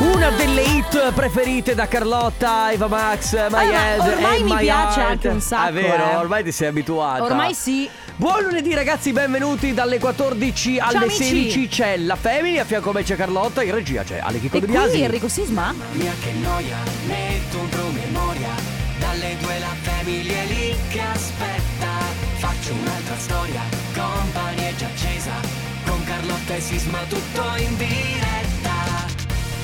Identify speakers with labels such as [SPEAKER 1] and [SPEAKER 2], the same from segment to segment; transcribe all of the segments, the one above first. [SPEAKER 1] Una delle hit preferite da Carlotta, Eva Max, My
[SPEAKER 2] Ah, ma
[SPEAKER 1] Head
[SPEAKER 2] ormai
[SPEAKER 1] and
[SPEAKER 2] mi
[SPEAKER 1] My
[SPEAKER 2] piace
[SPEAKER 1] Heart.
[SPEAKER 2] anche un sacco,
[SPEAKER 1] È vero,
[SPEAKER 2] eh.
[SPEAKER 1] ormai ti sei abituata.
[SPEAKER 2] Ormai sì.
[SPEAKER 1] Buon lunedì ragazzi, benvenuti dalle 14 alle
[SPEAKER 2] amici.
[SPEAKER 1] 16 c'è la Family, a fianco a me c'è Carlotta, in regia c'è Ale Chicco
[SPEAKER 2] E
[SPEAKER 1] De
[SPEAKER 2] qui
[SPEAKER 1] Biasi.
[SPEAKER 2] Enrico Sisma? Eh,
[SPEAKER 3] Mia che noia, metto un promemoria. Dalle due la famiglia è lì che aspetta. Faccio un'altra storia, compagnia è già accesa. Con Carlotta e Sisma tutto in diretta.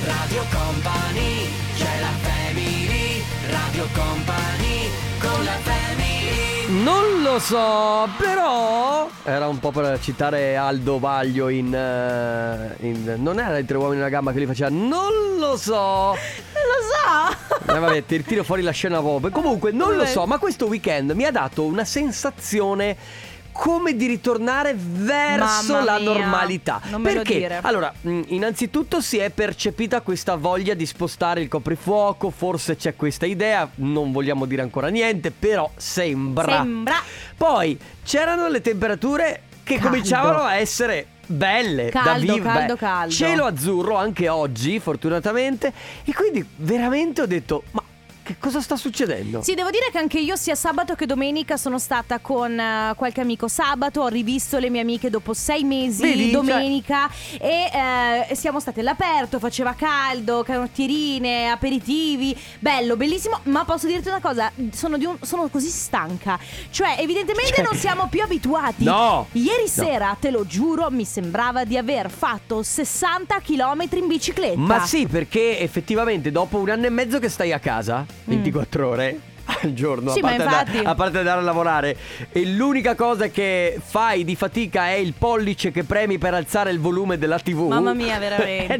[SPEAKER 3] Radio Company, c'è la family. Radio Company, con la family.
[SPEAKER 1] Non lo so, però era un po' per citare Aldo Baglio in, eh, in- non era in tre uomini e una gamba che lui faceva non lo so.
[SPEAKER 2] Lo so.
[SPEAKER 1] Eh, vabbè, ti ritiro fuori la scena proprio. Comunque, non lo
[SPEAKER 2] Vabbè.
[SPEAKER 1] so, ma questo weekend mi ha dato una sensazione come di ritornare verso
[SPEAKER 2] Mamma
[SPEAKER 1] la
[SPEAKER 2] mia,
[SPEAKER 1] normalità.
[SPEAKER 2] non me lo
[SPEAKER 1] Perché?
[SPEAKER 2] dire.
[SPEAKER 1] Allora, mh, innanzitutto si è percepita questa voglia di spostare il coprifuoco, forse c'è questa idea, non vogliamo dire ancora niente, però sembra.
[SPEAKER 2] Sembra.
[SPEAKER 1] Poi c'erano le temperature che
[SPEAKER 2] Caldo.
[SPEAKER 1] cominciavano a essere belle da
[SPEAKER 2] Caldo,
[SPEAKER 1] vive-
[SPEAKER 2] caldo, caldo.
[SPEAKER 1] Cielo azzurro anche oggi, fortunatamente. E quindi veramente ho detto: ma che cosa sta succedendo?
[SPEAKER 2] Sì, devo dire che anche io sia sabato che domenica sono stata con eh, qualche amico. Sabato ho rivisto le mie amiche dopo sei mesi,
[SPEAKER 1] Vedi, Cioè
[SPEAKER 2] domenica, e eh, siamo state all'aperto, faceva caldo, canottierine, aperitivi, bello, bellissimo, ma posso dirti una cosa, sono, di un- sono così stanca. Cioè, evidentemente
[SPEAKER 1] Cioè-
[SPEAKER 2] non siamo più abituati.
[SPEAKER 1] No!
[SPEAKER 2] Ieri
[SPEAKER 1] No.
[SPEAKER 2] sera, te lo giuro, mi sembrava di aver fatto 60 km in bicicletta.
[SPEAKER 1] Ma sì, perché effettivamente dopo un anno e mezzo che stai a casa, 24 ore al giorno,
[SPEAKER 2] Mm. Sì,
[SPEAKER 1] a,
[SPEAKER 2] ma
[SPEAKER 1] parte andare,
[SPEAKER 2] infatti.
[SPEAKER 1] a parte andare a lavorare, e l'unica cosa che fai di fatica è il pollice che premi per alzare il volume della TV.
[SPEAKER 2] Mamma mia, veramente.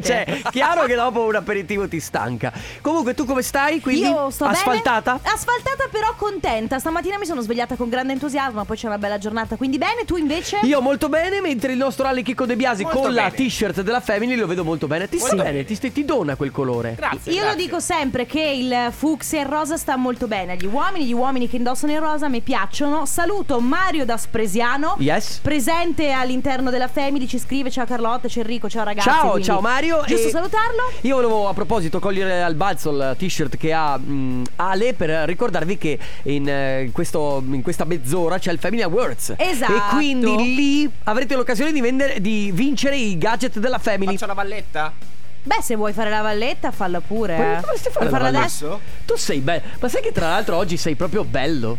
[SPEAKER 1] cioè, chiaro che dopo un aperitivo ti stanca. Comunque, tu come stai? Quindi,
[SPEAKER 2] Io sto
[SPEAKER 1] asfaltata?
[SPEAKER 2] Bene. Asfaltata però contenta. Stamattina mi sono svegliata con grande entusiasmo, poi c'è una bella giornata, quindi bene, tu invece?
[SPEAKER 1] Io molto bene, mentre il nostro Ale Chicco De Biasi
[SPEAKER 4] Molto
[SPEAKER 1] con la
[SPEAKER 4] bene.
[SPEAKER 1] t-shirt della Family lo vedo molto bene. Ti
[SPEAKER 4] Molto
[SPEAKER 1] stai bene,
[SPEAKER 4] bene.
[SPEAKER 1] ti, stai- ti dona quel colore.
[SPEAKER 4] Grazie.
[SPEAKER 2] Io lo
[SPEAKER 4] grazie.
[SPEAKER 2] dico sempre che il fucsia e il rosa sta molto bene agli uomini, gli uomini che indossano il rosa mi piacciono. Saluto Mario da Spresiano,
[SPEAKER 1] Yes.
[SPEAKER 2] presente all'interno della Family, ci scrive ciao Carlotta, ciao Enrico, ciao ragazzi.
[SPEAKER 1] Ciao,
[SPEAKER 2] quindi
[SPEAKER 1] ciao Mario.
[SPEAKER 2] Giusto
[SPEAKER 1] e-
[SPEAKER 2] salutarlo?
[SPEAKER 1] Io volevo a proposito cogliere al balzo il t-shirt che ha mh, Ale per ricordarvi che in, eh, in questo- in questa mezz'ora c'è il Family Awards.
[SPEAKER 2] Esatto.
[SPEAKER 1] E quindi lì avrete l'occasione di, vendere- di vincere i gadget della Family.
[SPEAKER 4] Faccio la valletta?
[SPEAKER 2] Beh, se vuoi fare la valletta, falla pure.
[SPEAKER 1] Ma
[SPEAKER 2] eh.
[SPEAKER 1] dovresti fare la
[SPEAKER 2] Vuoi farla
[SPEAKER 1] valletta?
[SPEAKER 2] adesso?
[SPEAKER 4] Adesso?
[SPEAKER 1] Tu sei bello. Ma sai che tra l'altro oggi sei proprio bello?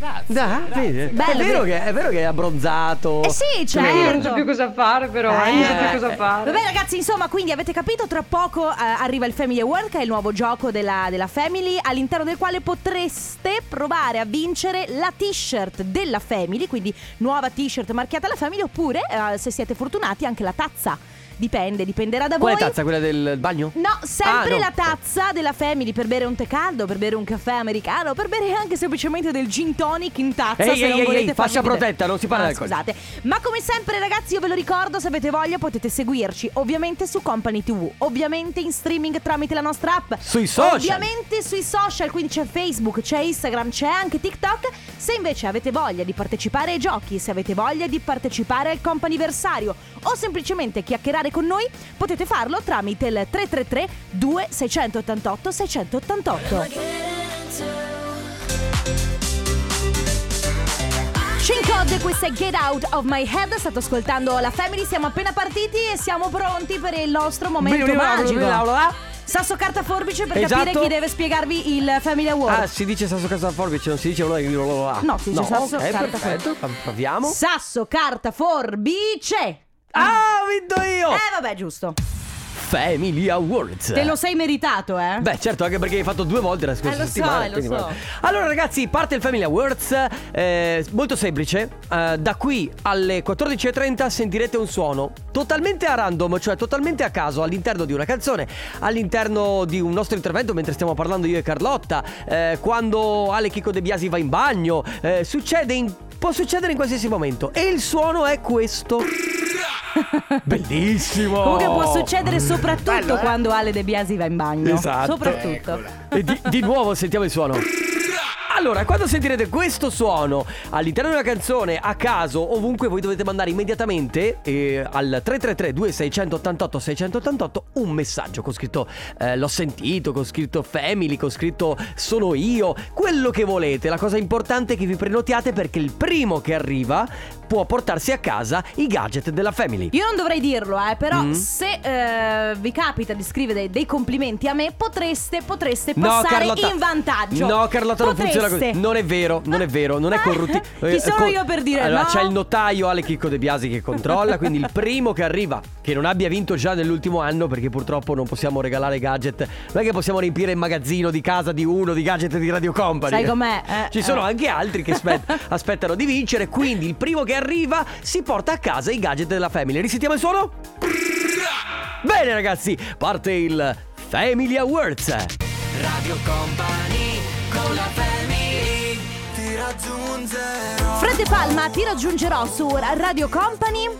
[SPEAKER 4] Grazie.
[SPEAKER 1] Da,
[SPEAKER 4] grazie.
[SPEAKER 1] vedi? è,
[SPEAKER 2] Bello,
[SPEAKER 1] vero
[SPEAKER 2] vero.
[SPEAKER 1] che, è vero che è abbronzato.
[SPEAKER 2] Eh sì, certo.
[SPEAKER 5] Beh, io non so più cosa fare però, eh, non so più cosa fare.
[SPEAKER 2] Vabbè ragazzi, insomma, quindi avete capito, tra poco eh, arriva il Family Award, che è il nuovo gioco della, della Family, all'interno del quale potreste provare a vincere la t-shirt della Family, quindi nuova t-shirt marchiata alla Family, oppure, eh, se siete fortunati, anche la tazza. Dipende, dipenderà da
[SPEAKER 1] Quale
[SPEAKER 2] voi.
[SPEAKER 1] tazza? Quella del bagno?
[SPEAKER 2] No, sempre
[SPEAKER 1] Ah, no.
[SPEAKER 2] la tazza della Family per bere un tè caldo, per bere un caffè americano, per bere anche semplicemente del gin tonic in tazza.
[SPEAKER 1] Ehi,
[SPEAKER 2] se
[SPEAKER 1] ehi,
[SPEAKER 2] non
[SPEAKER 1] ehi,
[SPEAKER 2] volete
[SPEAKER 1] ehi,
[SPEAKER 2] farvi
[SPEAKER 1] fascia
[SPEAKER 2] vedere.
[SPEAKER 1] protetta, non si parla
[SPEAKER 2] Ah,
[SPEAKER 1] di alcol.
[SPEAKER 2] Scusate. Ma come sempre, ragazzi, io ve lo ricordo, se avete voglia potete seguirci ovviamente su Company TV, ovviamente in streaming tramite la nostra app.
[SPEAKER 1] Sui social.
[SPEAKER 2] Ovviamente sui social, quindi c'è Facebook, c'è Instagram, c'è anche TikTok. Se invece avete voglia di partecipare ai giochi, se avete voglia di partecipare al comp'anniversario o semplicemente chiacchierare con noi, potete farlo tramite il 333 2688 688. Shin Code, questa è Get Out of My Head. State ascoltando la Family, siamo appena partiti e siamo pronti per il nostro momento
[SPEAKER 1] Bene, bene,
[SPEAKER 2] magico.
[SPEAKER 1] bene, Laura, là.
[SPEAKER 2] Sasso carta forbice per
[SPEAKER 1] Esatto.
[SPEAKER 2] capire chi deve spiegarvi il Family Award.
[SPEAKER 1] Ah, si dice sasso casa forbice, non si dice allora che lo lo là.
[SPEAKER 2] No, si dice sasso,
[SPEAKER 1] ok,
[SPEAKER 2] carta,
[SPEAKER 1] perfetto. Fa- Proviamo.
[SPEAKER 2] Sasso carta forbice.
[SPEAKER 1] Ah, ho vinto io!
[SPEAKER 2] Eh vabbè, giusto.
[SPEAKER 1] Family Awards.
[SPEAKER 2] Te lo sei meritato, eh.
[SPEAKER 1] Beh, certo, anche perché hai fatto due volte la scorsa
[SPEAKER 2] Eh, lo so,
[SPEAKER 1] settimana.
[SPEAKER 2] eh, lo
[SPEAKER 1] quindi
[SPEAKER 2] so.
[SPEAKER 1] guarda. Allora, ragazzi, parte il Family Awards. eh, molto semplice. Eh, da qui alle 14.30 sentirete un suono totalmente a random, cioè totalmente a caso, all'interno di una canzone, all'interno di un nostro intervento mentre stiamo parlando io e Carlotta, eh, quando Ale Chico De Biasi va in bagno. eh, succede in- Può succedere in qualsiasi momento. E il suono è questo. Bellissimo!
[SPEAKER 2] Comunque può succedere soprattutto
[SPEAKER 4] Bello, eh?
[SPEAKER 2] quando Ale De Biasi va in bagno.
[SPEAKER 1] Esatto.
[SPEAKER 2] Soprattutto.
[SPEAKER 1] E di, di nuovo sentiamo il suono. Allora, quando sentirete questo suono all'interno di una canzone a caso, ovunque voi dovete mandare immediatamente eh, al 333 2688 688 un messaggio con scritto eh, l'ho sentito, con scritto family, con scritto sono io, quello che volete. La cosa importante è che vi prenotiate perché il primo che arriva può portarsi a casa i gadget della family.
[SPEAKER 2] Io non dovrei dirlo, eh, però
[SPEAKER 1] Mm.
[SPEAKER 2] se eh, vi capita di scrivere dei complimenti a me, potreste, potreste
[SPEAKER 1] No,
[SPEAKER 2] passare
[SPEAKER 1] Carlotta.
[SPEAKER 2] in vantaggio.
[SPEAKER 1] No, Carlotta, non funziona così.
[SPEAKER 2] Potreste. Ah,
[SPEAKER 1] Non è vero, non è vero, non è corrutti.
[SPEAKER 2] Chi
[SPEAKER 1] eh,
[SPEAKER 2] sono io per dire
[SPEAKER 1] Allora,
[SPEAKER 2] no?
[SPEAKER 1] c'è il notaio Ale Chicco De Biasi che controlla, quindi il primo che arriva, che non abbia vinto già nell'ultimo anno, perché purtroppo non possiamo regalare gadget. Non è che possiamo riempire il magazzino di casa di uno di gadget di Radio Company.
[SPEAKER 2] Sai com'è? eh,
[SPEAKER 1] Ci sono
[SPEAKER 2] eh.
[SPEAKER 1] anche altri che aspe- aspettano di vincere, quindi il primo che arriva si porta a casa i gadget della Family. Risentiamo il suono? Bene ragazzi, parte il Family Awards.
[SPEAKER 3] Radio Company con la family ti raggiungerò
[SPEAKER 2] Fred De Palma ti raggiungerò su Radio Company.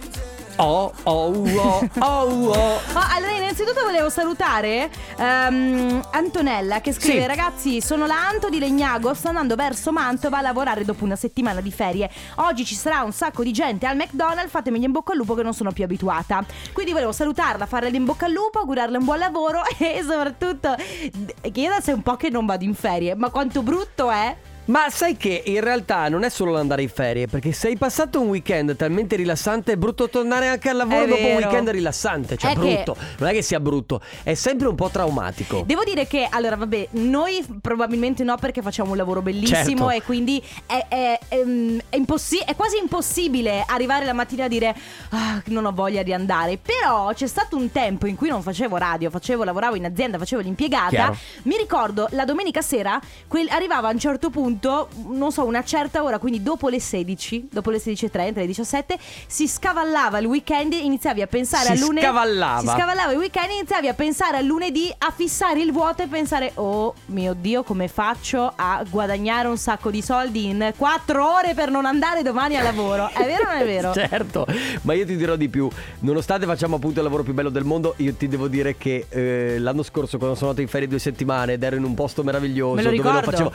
[SPEAKER 1] Oh, oh, oh, oh, oh.
[SPEAKER 2] Oh, allora, innanzitutto volevo salutare ehm, Antonella che scrive:
[SPEAKER 1] Sì.
[SPEAKER 2] Ragazzi, sono la Anto di Legnago, sto andando verso Mantova a lavorare dopo una settimana di ferie. Oggi ci sarà un sacco di gente al McDonald's, fatemi gli in bocca al lupo che non sono più abituata. Quindi volevo salutarla, farle in bocca al lupo, augurarle un buon lavoro e soprattutto che io da sé un po' che non vado in ferie, ma quanto brutto è.
[SPEAKER 1] Ma sai che in realtà non è solo l'andare in ferie, perché se hai passato un weekend talmente rilassante è brutto tornare anche al lavoro
[SPEAKER 2] È
[SPEAKER 1] dopo un
[SPEAKER 2] vero.
[SPEAKER 1] weekend rilassante, cioè
[SPEAKER 2] È che-
[SPEAKER 1] brutto. Non è che sia brutto, è sempre un po' traumatico.
[SPEAKER 2] Devo dire che, allora, vabbè, noi probabilmente no perché facciamo un lavoro bellissimo
[SPEAKER 1] Certo.
[SPEAKER 2] e quindi è, è- è, mm, è impossi- è quasi impossibile arrivare la mattina a dire "Ah, non ho voglia di andare. Però c'è stato un tempo in cui non facevo radio, facevo, lavoravo in azienda, facevo l'impiegata.
[SPEAKER 1] Chiaro.
[SPEAKER 2] Mi ricordo la domenica sera quel- arrivava a un certo punto, non so, una certa ora, quindi dopo le 16, dopo le 16.30, le 17, si scavallava il weekend e iniziavi a pensare
[SPEAKER 1] Si
[SPEAKER 2] a lunedì.
[SPEAKER 1] scavallava.
[SPEAKER 2] Si scavallava il weekend e iniziavi a pensare a lunedì, a fissare il vuoto e pensare, oh mio Dio, come faccio a guadagnare un sacco di soldi in 4 ore per non andare domani a lavoro? È vero o non è vero?
[SPEAKER 1] Certo, ma io ti dirò di più. Nonostante facciamo appunto il lavoro più bello del mondo, io ti devo dire che eh, l'anno scorso quando sono andato in ferie due settimane ed ero in un posto meraviglioso
[SPEAKER 2] Me lo
[SPEAKER 1] dove non
[SPEAKER 2] ricordo.
[SPEAKER 1] facevo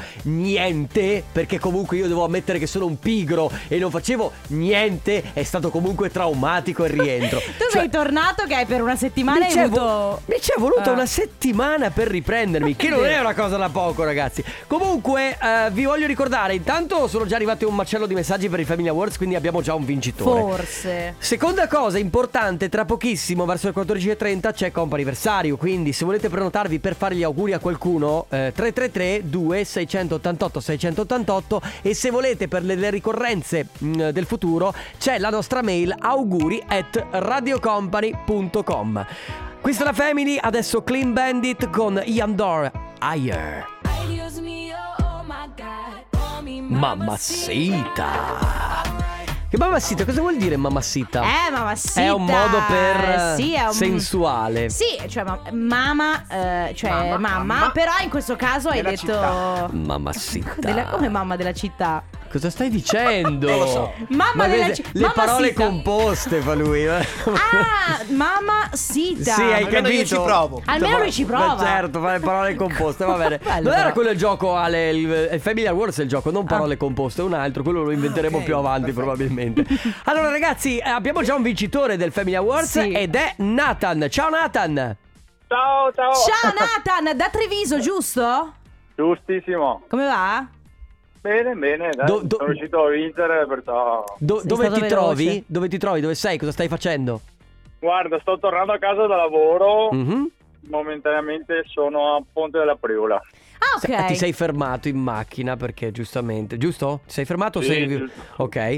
[SPEAKER 1] niente, perché comunque io devo ammettere che sono un pigro e non facevo niente, è stato comunque traumatico il rientro.
[SPEAKER 2] tu
[SPEAKER 1] Cioè,
[SPEAKER 2] sei tornato che hai per una settimana
[SPEAKER 1] mi
[SPEAKER 2] hai
[SPEAKER 1] c'è
[SPEAKER 2] avuto...
[SPEAKER 1] vo- mi c'è voluta
[SPEAKER 2] Ah.
[SPEAKER 1] una settimana per riprendermi, che non è una cosa da poco, ragazzi. Comunque, eh, vi voglio ricordare: intanto sono già arrivati un macello di messaggi per i Family Awards, quindi abbiamo già un vincitore.
[SPEAKER 2] Forse.
[SPEAKER 1] Seconda cosa importante, tra pochissimo verso le 14.30 c'è comp'anniversario, quindi se volete prenotarvi per fare gli auguri a qualcuno, eh, 333 2688 688 e se volete per le, le ricorrenze mh, del futuro c'è la nostra mail auguri at radiocompany.com. Questa è la Family, adesso Clean Bandit con Yandor Higher. Mammasita. Che mammasita, cosa vuol dire mammasita?
[SPEAKER 2] Eh, mamma sì.
[SPEAKER 1] È un modo per
[SPEAKER 2] Sì, è un-
[SPEAKER 1] sensuale.
[SPEAKER 2] Sì, cioè ma- mamma, eh, cioè mamma,
[SPEAKER 5] Mamma, mamma.
[SPEAKER 2] però in questo caso hai
[SPEAKER 5] Della
[SPEAKER 2] detto... Ecco,
[SPEAKER 5] città.
[SPEAKER 1] Mammasita.
[SPEAKER 2] Della- come mamma della città?
[SPEAKER 1] Cosa stai dicendo?
[SPEAKER 2] Non lo so. Mamma
[SPEAKER 1] Ma
[SPEAKER 2] della
[SPEAKER 1] vede,
[SPEAKER 2] ci-
[SPEAKER 1] Le
[SPEAKER 2] mamma
[SPEAKER 1] parole
[SPEAKER 2] sita.
[SPEAKER 1] composte fa lui. eh.
[SPEAKER 2] Ah, mamma Sita.
[SPEAKER 1] Sì, hai capito.
[SPEAKER 4] Almeno io ci provo.
[SPEAKER 2] Almeno lui ci prova.
[SPEAKER 1] Ma certo, fare parole composte, va bene.
[SPEAKER 2] Bello,
[SPEAKER 1] non era
[SPEAKER 2] però. Ah.
[SPEAKER 1] quello il gioco, Ale. Il, il Family Awards è il gioco, non parole composte, è un altro. Quello lo inventeremo
[SPEAKER 4] ok,
[SPEAKER 1] più avanti,
[SPEAKER 4] perfetto.
[SPEAKER 1] probabilmente. allora, ragazzi, eh, abbiamo già un vincitore del Family Awards
[SPEAKER 2] Sì.
[SPEAKER 1] ed è Nathan. Ciao, Nathan.
[SPEAKER 6] Ciao, ciao.
[SPEAKER 2] Ciao Nathan, da Treviso, giusto?
[SPEAKER 6] Giustissimo.
[SPEAKER 2] Come va?
[SPEAKER 6] Bene, bene. Dai,
[SPEAKER 1] Do- do-
[SPEAKER 6] Sono riuscito a vincere, perciò...
[SPEAKER 1] Do-
[SPEAKER 2] Sei
[SPEAKER 1] dove ti
[SPEAKER 2] stato veloce.
[SPEAKER 1] trovi? Dove ti trovi? Dove sei? Cosa stai facendo?
[SPEAKER 6] Guarda, sto tornando a casa da lavoro.
[SPEAKER 4] Mm-hmm.
[SPEAKER 1] Mhm.
[SPEAKER 6] Momentaneamente sono a Ponte della Priola.
[SPEAKER 2] Ah, ok.
[SPEAKER 1] Ti sei fermato in macchina perché giustamente, giusto? Ti sei fermato? o
[SPEAKER 6] Sì,
[SPEAKER 1] sei...
[SPEAKER 6] giusto.
[SPEAKER 1] Ok. Eh, eh,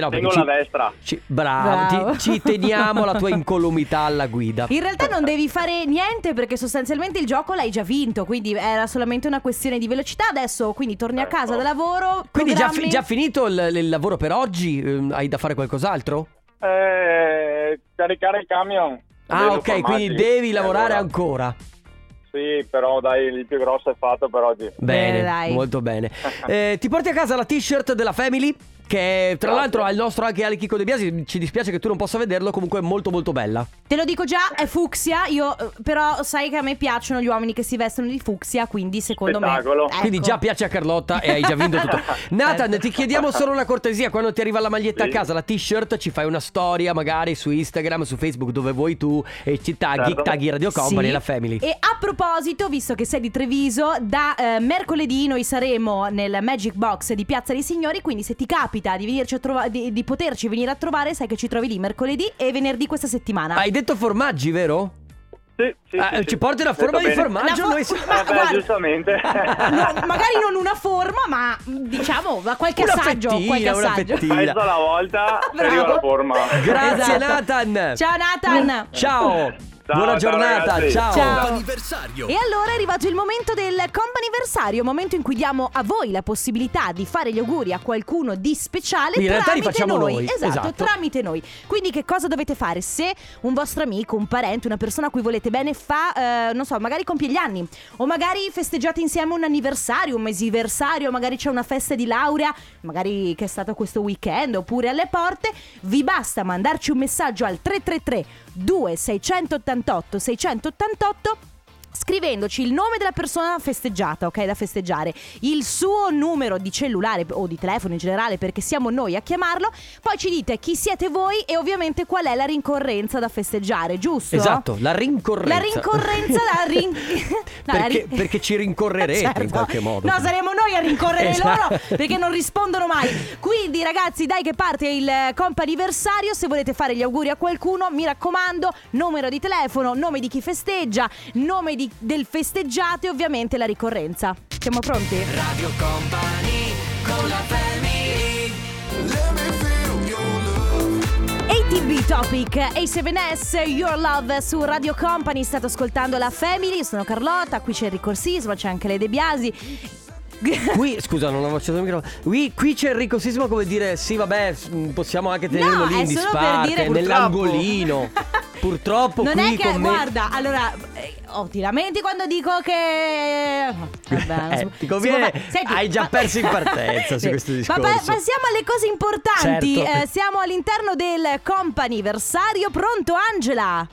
[SPEAKER 1] no, perché
[SPEAKER 6] Tengo
[SPEAKER 1] ci-
[SPEAKER 6] la destra.
[SPEAKER 1] ci- Bravo,
[SPEAKER 2] Bravo.
[SPEAKER 1] Ti- ci teniamo la tua incolumità alla guida.
[SPEAKER 2] In realtà non devi fare niente perché sostanzialmente il gioco l'hai già vinto, quindi era solamente una questione di velocità adesso, quindi torni a
[SPEAKER 6] Ecco.
[SPEAKER 2] casa da lavoro.
[SPEAKER 1] Eh, oh. Quindi già, fi-
[SPEAKER 2] programmi-
[SPEAKER 1] già finito il, il lavoro per oggi? Ehm, Hai da fare qualcos'altro?
[SPEAKER 6] Eh, caricare il camion.
[SPEAKER 1] Ah,
[SPEAKER 6] Vedo
[SPEAKER 1] ok,
[SPEAKER 6] formati.
[SPEAKER 1] quindi devi
[SPEAKER 6] Eh,
[SPEAKER 1] lavorare
[SPEAKER 6] allora,
[SPEAKER 1] ancora.
[SPEAKER 6] Sì, però dai, il più
[SPEAKER 1] Mm.
[SPEAKER 6] grosso è fatto per oggi.
[SPEAKER 1] Bene, Eh,
[SPEAKER 2] dai.
[SPEAKER 1] molto bene. Eh, ti porti a casa la t-shirt della Family? che tra
[SPEAKER 6] Grazie.
[SPEAKER 1] l'altro ha il nostro anche Ale Chicco De Biasi, ci dispiace che tu non possa vederlo, comunque è molto molto bella.
[SPEAKER 2] Te lo dico già, è fucsia. Io, eh, però, sai che a me piacciono gli uomini che si vestono di fucsia. Quindi, secondo
[SPEAKER 6] Spettacolo.
[SPEAKER 2] me. Ecco.
[SPEAKER 1] Quindi già piace a Carlotta e hai già vinto tutto. Nathan,
[SPEAKER 2] Ecco.
[SPEAKER 1] ti chiediamo solo una cortesia: quando ti arriva la maglietta
[SPEAKER 6] Sì.
[SPEAKER 1] a casa, la t-shirt, ci fai una storia magari su Instagram, su Facebook, dove vuoi tu, e ci tagli,
[SPEAKER 6] Certo.
[SPEAKER 1] tagli Radio Company
[SPEAKER 2] Sì.
[SPEAKER 1] e la Family.
[SPEAKER 2] E a proposito, visto che sei di Treviso, da eh, mercoledì noi saremo nel Magic Box di Piazza dei Signori. Quindi, se ti capita di, venirci a trova- di, di poterci venire a trovare, sai che ci trovi lì mercoledì e venerdì questa settimana.
[SPEAKER 1] Hai detto formaggi, vero?
[SPEAKER 6] Sì, sì,
[SPEAKER 1] Ah,
[SPEAKER 6] sì,
[SPEAKER 1] ci
[SPEAKER 6] sì.
[SPEAKER 1] porti una
[SPEAKER 6] Detto
[SPEAKER 1] forma di
[SPEAKER 6] bene.
[SPEAKER 2] La
[SPEAKER 1] formaggio?
[SPEAKER 2] for-
[SPEAKER 1] noi siamo-
[SPEAKER 2] Ma
[SPEAKER 6] Eh beh,
[SPEAKER 2] guarda- No,
[SPEAKER 6] giustamente.
[SPEAKER 2] magari non una forma, ma diciamo ma qualche
[SPEAKER 1] Una
[SPEAKER 2] assaggio.
[SPEAKER 1] fettina,
[SPEAKER 2] qualche
[SPEAKER 1] una
[SPEAKER 2] assaggio.
[SPEAKER 1] fettina.
[SPEAKER 6] Mezzo alla volta e
[SPEAKER 2] Bravo.
[SPEAKER 6] arriva la forma.
[SPEAKER 1] Grazie,
[SPEAKER 2] Esatto.
[SPEAKER 1] Nathan. Mm.
[SPEAKER 2] Ciao Nathan.
[SPEAKER 1] Ciao.
[SPEAKER 6] Ciao,
[SPEAKER 1] Buona
[SPEAKER 6] ciao,
[SPEAKER 1] giornata.
[SPEAKER 6] ragazzi.
[SPEAKER 1] Ciao.
[SPEAKER 2] Ciao.
[SPEAKER 4] Anniversario.
[SPEAKER 2] E allora è arrivato il momento del comp'anniversario, momento in cui diamo a voi la possibilità di fare gli auguri a qualcuno di speciale
[SPEAKER 1] In realtà li
[SPEAKER 2] tramite
[SPEAKER 1] facciamo
[SPEAKER 2] noi.
[SPEAKER 1] noi,
[SPEAKER 2] Esatto,
[SPEAKER 1] esatto.
[SPEAKER 2] tramite noi. Quindi che cosa dovete fare? Se un vostro amico, un parente, una persona a cui volete bene fa, eh, non so, magari compie gli anni o magari festeggiate insieme un anniversario, un mesiversario, magari c'è una festa di laurea, magari che è stato questo weekend oppure alle porte, vi basta mandarci un messaggio al 333 2688 688 scrivendoci il nome della persona festeggiata, ok, da festeggiare, il suo numero di cellulare o di telefono in generale perché siamo noi a chiamarlo, poi ci dite chi siete voi e ovviamente qual è la rincorrenza da festeggiare, giusto?
[SPEAKER 1] Esatto, la
[SPEAKER 2] La
[SPEAKER 1] rincorrenza.
[SPEAKER 2] rincorrenza da rin... No, la
[SPEAKER 1] perché,
[SPEAKER 2] rin-
[SPEAKER 1] perché ci rincorrerete
[SPEAKER 2] Certo.
[SPEAKER 1] in qualche modo.
[SPEAKER 2] No, saremo noi a rincorrere
[SPEAKER 1] Esatto.
[SPEAKER 2] loro perché non rispondono mai. Quindi, ragazzi, dai che parte il eh, comp'anniversario. Se volete fare gli auguri a qualcuno, mi raccomando, numero di telefono, nome di chi festeggia, nome di- del festeggiato e ovviamente la ricorrenza. Siamo pronti? ATB Topic A7S Your Love su Radio Company state ascoltando la Family io sono Carlotta qui c'è Enrico Sisma c'è anche le De Biasi
[SPEAKER 1] Qui, scusa, non ho acceso il microfono. Qui, qui c'è Enrico Sisma come dire: sì, vabbè, s- mh, possiamo anche tenerlo
[SPEAKER 2] No,
[SPEAKER 1] lì
[SPEAKER 2] è
[SPEAKER 1] in
[SPEAKER 2] solo per
[SPEAKER 1] disparte,
[SPEAKER 2] dire, purtroppo.
[SPEAKER 1] nell'angolino. Purtroppo
[SPEAKER 2] non
[SPEAKER 1] qui
[SPEAKER 2] è che
[SPEAKER 1] con me-
[SPEAKER 2] guarda allora eh, oh, ti lamenti quando dico che Vabbè, non
[SPEAKER 1] Eh,
[SPEAKER 2] so-
[SPEAKER 1] ti conviene-
[SPEAKER 2] insomma,
[SPEAKER 1] hai già
[SPEAKER 2] ma-
[SPEAKER 1] perso in partenza su
[SPEAKER 2] Sì.
[SPEAKER 1] questo
[SPEAKER 2] ma pa-
[SPEAKER 1] discorso.
[SPEAKER 2] passiamo alle cose importanti
[SPEAKER 1] Certo.
[SPEAKER 2] Eh, siamo all'interno del comp'anniversario pronto Angela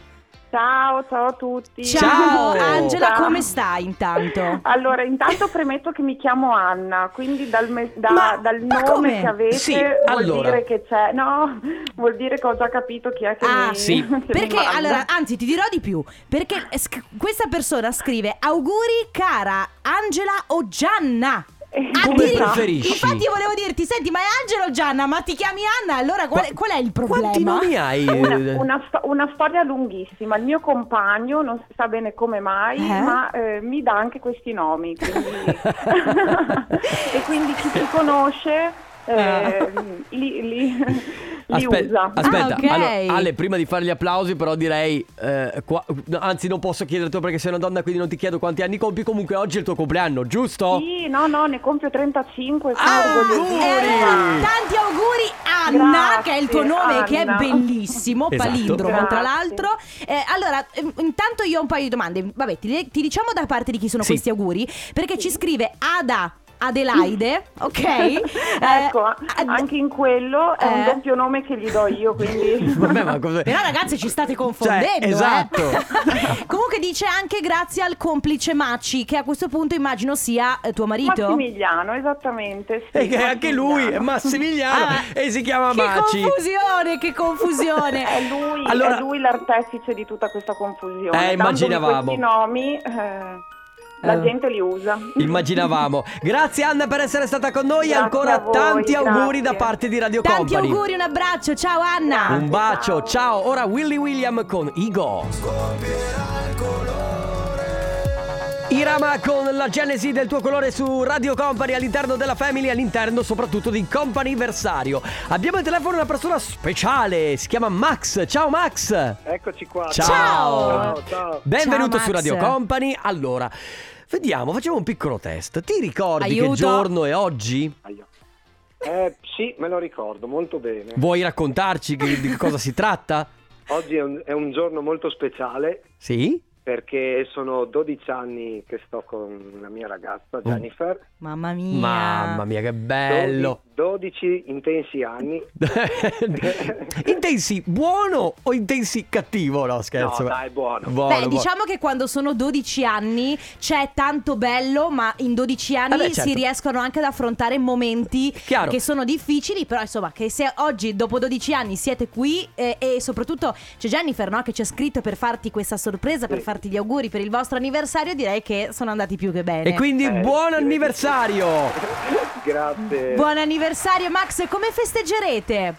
[SPEAKER 7] Ciao, ciao a tutti.
[SPEAKER 1] Ciao.
[SPEAKER 2] Angela
[SPEAKER 7] Ciao.
[SPEAKER 2] come stai intanto
[SPEAKER 7] Allora, intanto premetto che mi chiamo Anna, quindi dal, me- da-
[SPEAKER 2] Ma-
[SPEAKER 7] dal
[SPEAKER 2] ma
[SPEAKER 7] nome
[SPEAKER 2] come?
[SPEAKER 7] che avete
[SPEAKER 1] Sì,
[SPEAKER 7] vuol
[SPEAKER 1] allora.
[SPEAKER 7] dire che c'è, no, vuol dire che ho già capito chi è che
[SPEAKER 2] Ah,
[SPEAKER 7] mi
[SPEAKER 1] sì.
[SPEAKER 7] che mi
[SPEAKER 2] Perché
[SPEAKER 7] manda.
[SPEAKER 2] allora, anzi, ti dirò di più. Perché sc- questa persona scrive auguri cara Angela o Gianna.
[SPEAKER 7] Eh,
[SPEAKER 1] Come
[SPEAKER 2] Addiri-
[SPEAKER 7] esatto.
[SPEAKER 1] preferisci?
[SPEAKER 2] Infatti, io volevo dirti: senti, ma è Angela o Gianna? Ma ti chiami Anna? Allora, qual,
[SPEAKER 1] Qua-
[SPEAKER 2] qual è il problema?
[SPEAKER 1] Quanti nomi hai?
[SPEAKER 7] Una, una sto- una storia lunghissima. Il mio compagno non si sa bene come mai,
[SPEAKER 2] Eh?
[SPEAKER 7] ma eh, mi dà anche questi nomi. quindi- e quindi chi ci conosce eh, li, li- li
[SPEAKER 1] Aspe-
[SPEAKER 7] usa.
[SPEAKER 1] Aspetta,
[SPEAKER 2] Ah, ok.
[SPEAKER 1] allora, Ale, prima di fare gli applausi, però direi: eh, qua- no, anzi, non posso chiedere tu perché sei una donna, quindi non ti chiedo quanti anni compi. Comunque, oggi è il tuo compleanno, giusto?
[SPEAKER 7] Sì, no, no, ne compio 35, sono
[SPEAKER 1] Ah,
[SPEAKER 7] orgogliosissima.
[SPEAKER 2] Eh, allora, tanti auguri Anna,
[SPEAKER 7] Grazie,
[SPEAKER 2] che è il tuo nome, che è
[SPEAKER 7] Anna.
[SPEAKER 2] bellissimo,
[SPEAKER 1] Esatto.
[SPEAKER 2] palindromo tra
[SPEAKER 7] Grazie.
[SPEAKER 2] l'altro. Eh, allora, ehm, intanto io ho un paio di domande. Vabbè, ti, ti diciamo da parte di chi sono
[SPEAKER 1] Sì.
[SPEAKER 2] questi auguri, perché ci scrive Ada Adelaide, ok? Eh,
[SPEAKER 7] ecco, a-
[SPEAKER 2] ad-
[SPEAKER 7] anche in quello è un
[SPEAKER 2] eh.
[SPEAKER 7] doppio nome che gli do io, quindi...
[SPEAKER 1] Vabbè, ma cos'è?
[SPEAKER 2] Però ragazze ci state confondendo
[SPEAKER 1] Cioè,
[SPEAKER 2] eh.
[SPEAKER 1] esatto.
[SPEAKER 2] Comunque dice anche grazie al complice Maci Che a questo punto immagino sia eh, tuo marito
[SPEAKER 7] Massimiliano, esattamente. sì,
[SPEAKER 1] E Eh, che anche lui è
[SPEAKER 7] Massimiliano.
[SPEAKER 1] Massimiliano
[SPEAKER 2] Ah,
[SPEAKER 1] e si chiama
[SPEAKER 2] Che
[SPEAKER 1] Maci. Eh,
[SPEAKER 2] confusione, che confusione
[SPEAKER 7] È lui,
[SPEAKER 1] Allora-
[SPEAKER 7] è lui l'artefice di tutta questa confusione.
[SPEAKER 1] Eh,
[SPEAKER 7] Tanto di
[SPEAKER 1] immaginavamo.
[SPEAKER 7] Questi nomi eh, la
[SPEAKER 2] Eh.
[SPEAKER 7] gente li usa.
[SPEAKER 1] Immaginavamo. Grazie Anna per essere stata con noi.
[SPEAKER 7] Grazie
[SPEAKER 1] Ancora
[SPEAKER 7] a voi,
[SPEAKER 1] tanti auguri
[SPEAKER 7] grazie.
[SPEAKER 1] da parte di Radio
[SPEAKER 2] Tanti
[SPEAKER 1] Company.
[SPEAKER 2] auguri, un abbraccio, ciao Anna
[SPEAKER 1] Un bacio, ciao. Ora Willy William con Igo. Irama con la genesi del tuo colore su Radio Company all'interno della Family, all'interno soprattutto di Companyversario. Abbiamo al telefono una persona speciale, si chiama Max. Ciao Max.
[SPEAKER 8] Eccoci qua.
[SPEAKER 1] Ciao.
[SPEAKER 2] Ciao.
[SPEAKER 8] ciao.
[SPEAKER 1] Benvenuto
[SPEAKER 2] Ciao,
[SPEAKER 1] su
[SPEAKER 2] Max.
[SPEAKER 1] Radio Company. Allora, vediamo, facciamo un piccolo test. Ti ricordi
[SPEAKER 2] Aiuto.
[SPEAKER 1] che giorno è oggi?
[SPEAKER 8] Eh, sì, me lo ricordo molto bene.
[SPEAKER 1] Vuoi raccontarci che- di che cosa si tratta?
[SPEAKER 8] Oggi è un, è un giorno molto speciale
[SPEAKER 1] Sì?
[SPEAKER 8] perché sono 12 anni che sto con la mia
[SPEAKER 1] Oh,
[SPEAKER 8] ragazza Jennifer.
[SPEAKER 2] Mamma mia.
[SPEAKER 1] Mamma mia, che bello.
[SPEAKER 8] 12 intensi anni.
[SPEAKER 1] intensi buono o intensi cattivo? No, scherzo.
[SPEAKER 8] No, dai, buono.
[SPEAKER 1] Buono,
[SPEAKER 2] Beh,
[SPEAKER 1] buono.
[SPEAKER 2] diciamo che quando sono 12 anni c'è tanto bello, ma in 12 anni
[SPEAKER 1] Eh beh, certo.
[SPEAKER 2] si riescono anche ad affrontare momenti
[SPEAKER 1] Chiaro.
[SPEAKER 2] che sono difficili, però insomma, che se oggi dopo 12 anni siete qui eh, e soprattutto c'è Jennifer no, che ci ha scritto per farti questa sorpresa, per
[SPEAKER 8] Sì.
[SPEAKER 2] farti gli auguri per il vostro anniversario, direi che sono andati più che bene.
[SPEAKER 1] E quindi
[SPEAKER 8] Eh,
[SPEAKER 1] buon
[SPEAKER 8] direi di sì.
[SPEAKER 1] anniversario!
[SPEAKER 8] Grazie.
[SPEAKER 2] Buon anniversario Max, come festeggerete?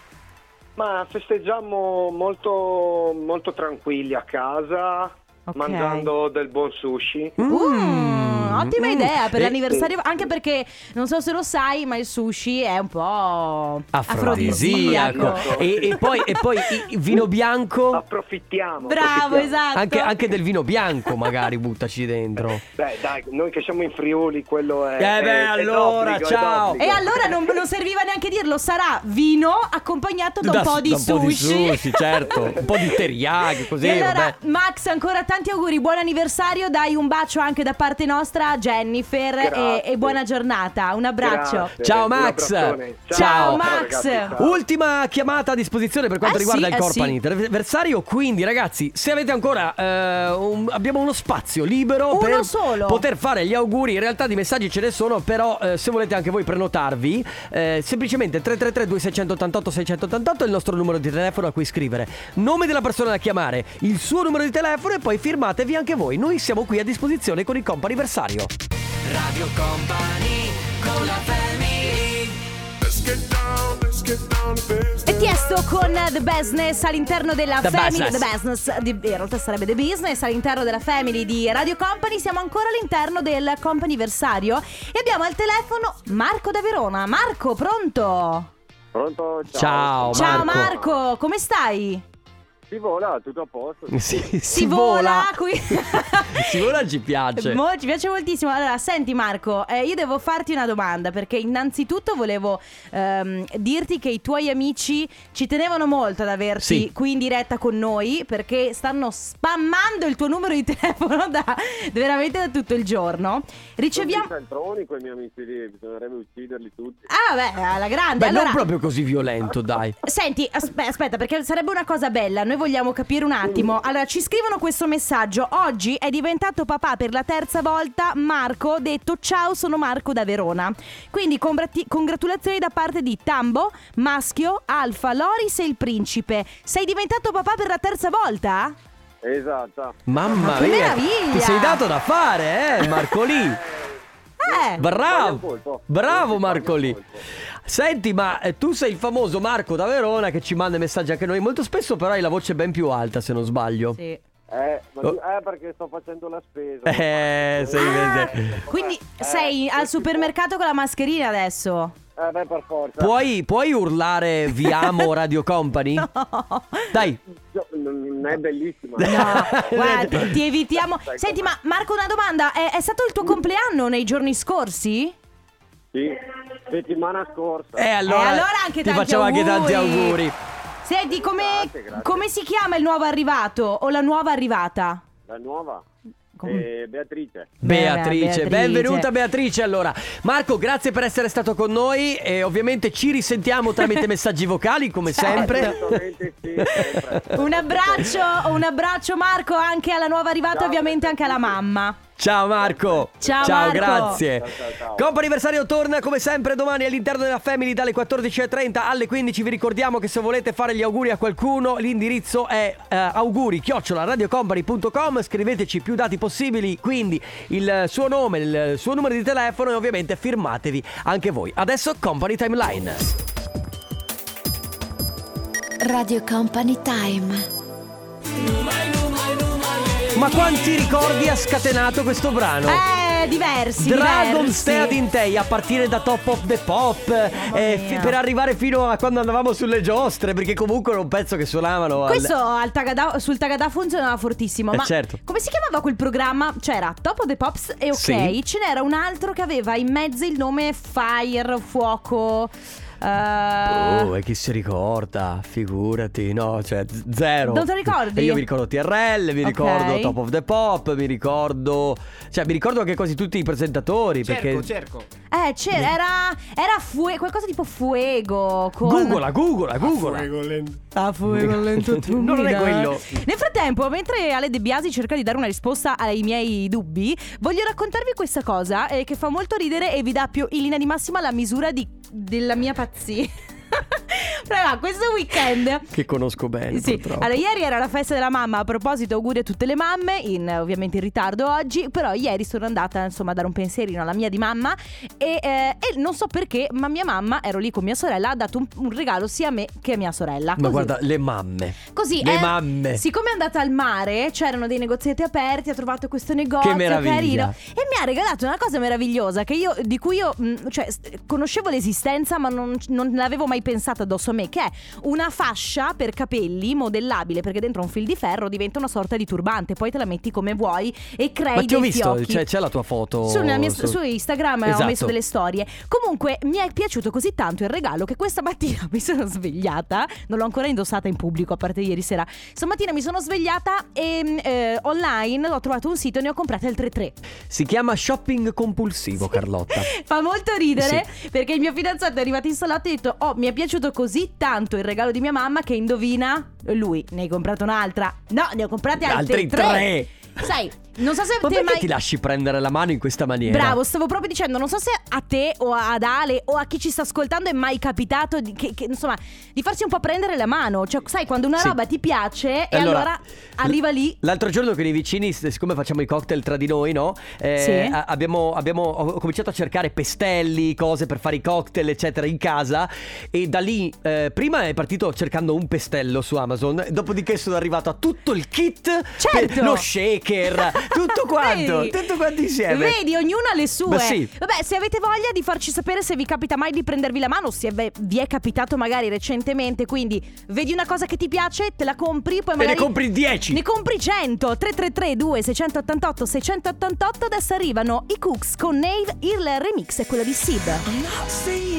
[SPEAKER 8] Ma festeggiamo molto, molto tranquilli a casa,
[SPEAKER 2] Ok.
[SPEAKER 8] mangiando del buon sushi.
[SPEAKER 2] Mm, ottima
[SPEAKER 1] Mm.
[SPEAKER 2] idea per
[SPEAKER 1] E-
[SPEAKER 2] l'anniversario, anche perché non so se lo sai, ma il sushi è un po'
[SPEAKER 1] Afrodisiaco.
[SPEAKER 2] afrodisiaco.
[SPEAKER 1] E, e poi, e poi i- i- vino bianco.
[SPEAKER 8] Approfittiamo.
[SPEAKER 2] Oh. Bravo,
[SPEAKER 8] approfittiamo.
[SPEAKER 2] esatto.
[SPEAKER 1] Anche, anche del vino bianco, magari buttaci dentro.
[SPEAKER 8] Beh, dai, noi che siamo in Friuli, quello è.
[SPEAKER 1] Eh beh,
[SPEAKER 8] è- è
[SPEAKER 1] allora,
[SPEAKER 8] d'obbligo, è
[SPEAKER 1] ciao.
[SPEAKER 8] d'obbligo.
[SPEAKER 2] E allora non, non serviva neanche dirlo, sarà vino accompagnato da un
[SPEAKER 1] Da-
[SPEAKER 2] po' di
[SPEAKER 1] da un
[SPEAKER 2] sushi.
[SPEAKER 1] po' di sushi, certo. Un po' di teriyaki, così,
[SPEAKER 2] E allora,
[SPEAKER 1] vabbè.
[SPEAKER 2] Max, ancora tanti auguri, buon anniversario, dai un bacio anche da parte nostra a Jennifer e,
[SPEAKER 8] Grazie.
[SPEAKER 2] e buona giornata, un abbraccio.
[SPEAKER 8] Grazie,
[SPEAKER 1] Ciao,
[SPEAKER 8] un
[SPEAKER 1] Max.
[SPEAKER 8] abbraccione.
[SPEAKER 1] Ciao,
[SPEAKER 2] Max.
[SPEAKER 8] ragazzi, ciao.
[SPEAKER 1] Ultima chiamata a disposizione per quanto
[SPEAKER 2] Eh
[SPEAKER 1] riguarda
[SPEAKER 2] sì,
[SPEAKER 1] il
[SPEAKER 2] eh
[SPEAKER 1] Corpan
[SPEAKER 2] sì.
[SPEAKER 1] Interversario. Quindi, ragazzi, se avete ancora eh, un- abbiamo uno spazio libero
[SPEAKER 2] Uno
[SPEAKER 1] per
[SPEAKER 2] solo.
[SPEAKER 1] poter fare gli auguri. In realtà di messaggi ce ne sono, però eh, se volete anche voi prenotarvi, eh, semplicemente 333 2688 688 è il nostro numero di telefono a cui scrivere. Nome della persona da chiamare, il suo numero di telefono e poi firmatevi anche voi. Noi siamo qui a disposizione con il Corpan Anniversario.
[SPEAKER 3] Radio Company con la family
[SPEAKER 2] E Tiesto con The Business all'interno della
[SPEAKER 1] The
[SPEAKER 2] Family
[SPEAKER 1] Business.
[SPEAKER 2] The Business di- in realtà sarebbe The Business all'interno della Family di Radio Company siamo ancora all'interno del companiversario e abbiamo al telefono Marco da Verona Marco pronto?
[SPEAKER 8] Pronto?
[SPEAKER 1] Ciao,
[SPEAKER 8] Ciao.
[SPEAKER 2] Ciao
[SPEAKER 1] Marco.
[SPEAKER 2] Marco come stai?
[SPEAKER 8] Si vola, tutto a posto.
[SPEAKER 1] Si,
[SPEAKER 2] Si vola qui.
[SPEAKER 1] si vola ci piace.
[SPEAKER 2] Mo- ci piace moltissimo. Allora, senti Marco, eh, io devo farti una domanda perché innanzitutto volevo ehm, dirti che i tuoi amici ci tenevano molto ad averti
[SPEAKER 1] Sì.
[SPEAKER 2] qui in diretta con noi perché stanno spammando il tuo numero di telefono da, veramente da tutto il giorno. Riceviamo...
[SPEAKER 8] Sono dei centroni quei miei amici lì, bisognerebbe ucciderli tutti.
[SPEAKER 2] Ah, beh, alla grande.
[SPEAKER 1] Beh,
[SPEAKER 2] allora,
[SPEAKER 1] non proprio così violento, dai.
[SPEAKER 2] Senti, aspe- aspetta, perché sarebbe una cosa bella. Noi vogliamo capire un attimo. Allora, ci scrivono questo messaggio. Oggi è diventato papà per la terza volta Marco, detto ciao, sono Marco da Verona. Quindi congrati- congratulazioni da parte di Tambo, Maschio, Alfa, Loris e il Principe. Sei diventato papà per la terza volta?
[SPEAKER 8] Esatto.
[SPEAKER 1] Mamma
[SPEAKER 2] Ma che
[SPEAKER 1] mia,
[SPEAKER 2] meraviglia!
[SPEAKER 1] ti sei dato da fare, eh, Marcolì.
[SPEAKER 2] Eh,
[SPEAKER 8] Sbaglia un
[SPEAKER 1] Bravo,
[SPEAKER 8] colpo.
[SPEAKER 1] bravo
[SPEAKER 8] Sbaglia
[SPEAKER 1] Marcolì.
[SPEAKER 8] un colpo.
[SPEAKER 1] Senti, ma eh, tu sei il famoso Marco da Verona che ci manda i messaggi anche noi. Molto spesso, però, hai la voce ben più alta, se non sbaglio.
[SPEAKER 2] sì.
[SPEAKER 8] Eh, ma tu- eh, perché sto facendo la spesa.
[SPEAKER 1] Oh. Eh, sei
[SPEAKER 2] Ah,
[SPEAKER 1] vede.
[SPEAKER 2] quindi
[SPEAKER 8] Eh,
[SPEAKER 2] sei al supermercato con la mascherina adesso?
[SPEAKER 8] Eh, beh, per forza.
[SPEAKER 1] Puoi, puoi urlare Vi amo Radio Company?
[SPEAKER 2] No.
[SPEAKER 1] Dai,
[SPEAKER 8] Io- Non non è bellissima.
[SPEAKER 2] No, guarda, ti evitiamo. Senti, ma Marco, una domanda: è, è stato il
[SPEAKER 1] Mm.
[SPEAKER 2] tuo compleanno nei giorni scorsi?
[SPEAKER 8] Sì, settimana scorsa.
[SPEAKER 1] eh, allora,
[SPEAKER 2] Eh, allora
[SPEAKER 1] ti
[SPEAKER 2] anche tanti
[SPEAKER 1] facciamo anche tanti
[SPEAKER 2] auguri.
[SPEAKER 1] auguri.
[SPEAKER 2] Senti, come,
[SPEAKER 8] Grazie, grazie.
[SPEAKER 2] come si chiama il nuovo arrivato o la nuova arrivata?
[SPEAKER 8] La nuova.
[SPEAKER 2] Come-
[SPEAKER 8] eh, Beatrice.
[SPEAKER 1] Beatrice,
[SPEAKER 2] Beatrice.
[SPEAKER 1] benvenuta Beatrice. Allora, Marco, grazie per essere stato con noi e ovviamente ci risentiamo tramite messaggi vocali come sempre.
[SPEAKER 8] Assolutamente sì, sempre.
[SPEAKER 2] Un abbraccio, un abbraccio Marco anche alla nuova arrivata,
[SPEAKER 8] Ciao,
[SPEAKER 2] ovviamente anche alla mamma.
[SPEAKER 1] Ciao Marco.
[SPEAKER 2] Ciao, Marco.
[SPEAKER 1] grazie.
[SPEAKER 8] Ciao, ciao, ciao.
[SPEAKER 1] Compa anniversario torna come sempre domani all'interno della Family dalle 14.30 alle 15. Vi ricordiamo che se volete fare gli auguri a qualcuno, l'indirizzo è eh, auguri radiocompany.com. Scriveteci più dati possibili, quindi il eh, suo nome, il eh, suo numero di telefono e ovviamente firmatevi anche voi. Adesso Company Timeline.
[SPEAKER 4] Radio Company Time.
[SPEAKER 1] Ma quanti ricordi ha scatenato questo brano?
[SPEAKER 2] Eh, diversi.
[SPEAKER 1] Dragon
[SPEAKER 2] diversi.
[SPEAKER 1] Stead in Day a partire da Top of the Pop eh, fi-
[SPEAKER 2] mia.
[SPEAKER 1] per arrivare fino a quando andavamo sulle giostre perché comunque era un pezzo che suonavano al-
[SPEAKER 2] Questo al Tagada- sul Tagada funzionava fortissimo.
[SPEAKER 1] Eh,
[SPEAKER 2] ma
[SPEAKER 1] certo.
[SPEAKER 2] come si chiamava quel programma? C'era Top of the Pops e ok,
[SPEAKER 1] Sì.
[SPEAKER 2] ce n'era un altro che aveva in mezzo il nome Fire, fuoco. eh,
[SPEAKER 1] Oh, e chi si ricorda? Figurati, no, cioè z- zero.
[SPEAKER 2] Non te lo ricordi?
[SPEAKER 1] E io mi ricordo TRL, mi
[SPEAKER 2] Ok.
[SPEAKER 1] ricordo Top of the Pop, mi ricordo... Cioè, mi ricordo anche quasi tutti i presentatori perché...
[SPEAKER 9] Cerco, cerco.
[SPEAKER 2] eh, c'era, era, era fue- qualcosa tipo fuego. Con...
[SPEAKER 1] Googola, googola, googola.
[SPEAKER 2] Ah, fuego lento tu
[SPEAKER 1] No,
[SPEAKER 2] mi
[SPEAKER 1] non è
[SPEAKER 2] dai.
[SPEAKER 1] quello.
[SPEAKER 2] Nel frattempo, mentre Ale De Biasi cerca di dare una risposta ai miei dubbi, voglio raccontarvi questa cosa eh, che fa molto ridere e vi dà più in linea di massima la misura di- della mia pazzia. Raga, questo weekend
[SPEAKER 1] Che conosco bene,
[SPEAKER 2] sì.
[SPEAKER 1] Eh, purtroppo.
[SPEAKER 2] Allora, ieri era la festa della mamma. A proposito, auguri a tutte le mamme, in, eh, ovviamente in ritardo oggi. Però ieri sono andata insomma a dare un pensierino alla mia di mamma. E, eh, e non so perché, ma mia mamma, ero lì con mia sorella, ha dato un, un regalo sia a me che a mia sorella.
[SPEAKER 1] Ma
[SPEAKER 2] Così.
[SPEAKER 1] guarda, le mamme.
[SPEAKER 2] Così,
[SPEAKER 1] le
[SPEAKER 2] eh,
[SPEAKER 1] mamme.
[SPEAKER 2] Siccome è andata al mare, c'erano dei negozietti aperti, ha trovato questo negozio
[SPEAKER 1] Che meraviglia.
[SPEAKER 2] carino e mi ha regalato una cosa meravigliosa che io, di cui io mh, cioè, st- conoscevo l'esistenza ma non, non l'avevo mai pensata addosso a me, che è una fascia per capelli modellabile perché dentro un fil di ferro diventa una sorta di turbante, poi te la metti come vuoi e crei
[SPEAKER 1] Ma ti ho
[SPEAKER 2] Eh, dei
[SPEAKER 1] visto, Cioè,
[SPEAKER 2] fiocchi.
[SPEAKER 1] c'è, c'è la tua foto.
[SPEAKER 2] Su, nella mia- su Instagram
[SPEAKER 1] Esatto.
[SPEAKER 2] ho messo delle storie. Comunque mi è piaciuto così tanto il regalo che questa mattina mi sono svegliata. Non l'ho ancora indossata in pubblico, a parte ieri sera. Stamattina mi sono svegliata e mm, eh, online ho trovato un sito e ne ho comprate altre tre.
[SPEAKER 1] Si chiama shopping compulsivo, Carlotta.
[SPEAKER 2] Fa molto ridere perché il mio fidanzato è arrivato in salotto e ha detto: Oh, mi è piaciuto così tanto il regalo di mia mamma che indovina. Lui ne hai comprata un'altra. No, ne ho comprate altre
[SPEAKER 1] Altri tre.
[SPEAKER 2] Sai, non so se
[SPEAKER 1] Ma
[SPEAKER 2] te
[SPEAKER 1] perché
[SPEAKER 2] mai...
[SPEAKER 1] ti lasci prendere la mano in questa maniera?
[SPEAKER 2] Bravo, stavo proprio dicendo, non so se a te o ad Ale o a chi ci sta ascoltando è mai capitato di, che, che, insomma, di farsi un po' prendere la mano. Cioè, sai, quando una
[SPEAKER 1] Sì.
[SPEAKER 2] roba ti piace e
[SPEAKER 1] Allora,
[SPEAKER 2] allora, arriva lì.
[SPEAKER 1] L'altro giorno con i vicini, s- siccome facciamo i cocktail tra di noi, no? Eh,
[SPEAKER 2] Sì.
[SPEAKER 1] a- abbiamo, abbiamo- ho cominciato a cercare pestelli, cose per fare i cocktail, eccetera, in casa. E da lì, eh, prima è partito cercando un pestello su Amazon, dopodiché sono arrivato a tutto il kit,
[SPEAKER 2] Certo.
[SPEAKER 1] per- lo shaker, tutto quanto,
[SPEAKER 2] Vedi?
[SPEAKER 1] tutto quanto insieme.
[SPEAKER 2] Vedi, ognuno ha le sue.
[SPEAKER 1] Ma sì.
[SPEAKER 2] Vabbè, se avete voglia di farci sapere se vi capita mai di prendervi la mano, se ve- vi è capitato magari recentemente, quindi vedi una cosa che ti piace, te la compri, poi
[SPEAKER 1] E
[SPEAKER 2] magari
[SPEAKER 1] ne compri 10.
[SPEAKER 2] Ne compri 100 3332 688 688 Adesso arrivano i Cooks con Nave Il remix è quello di Sid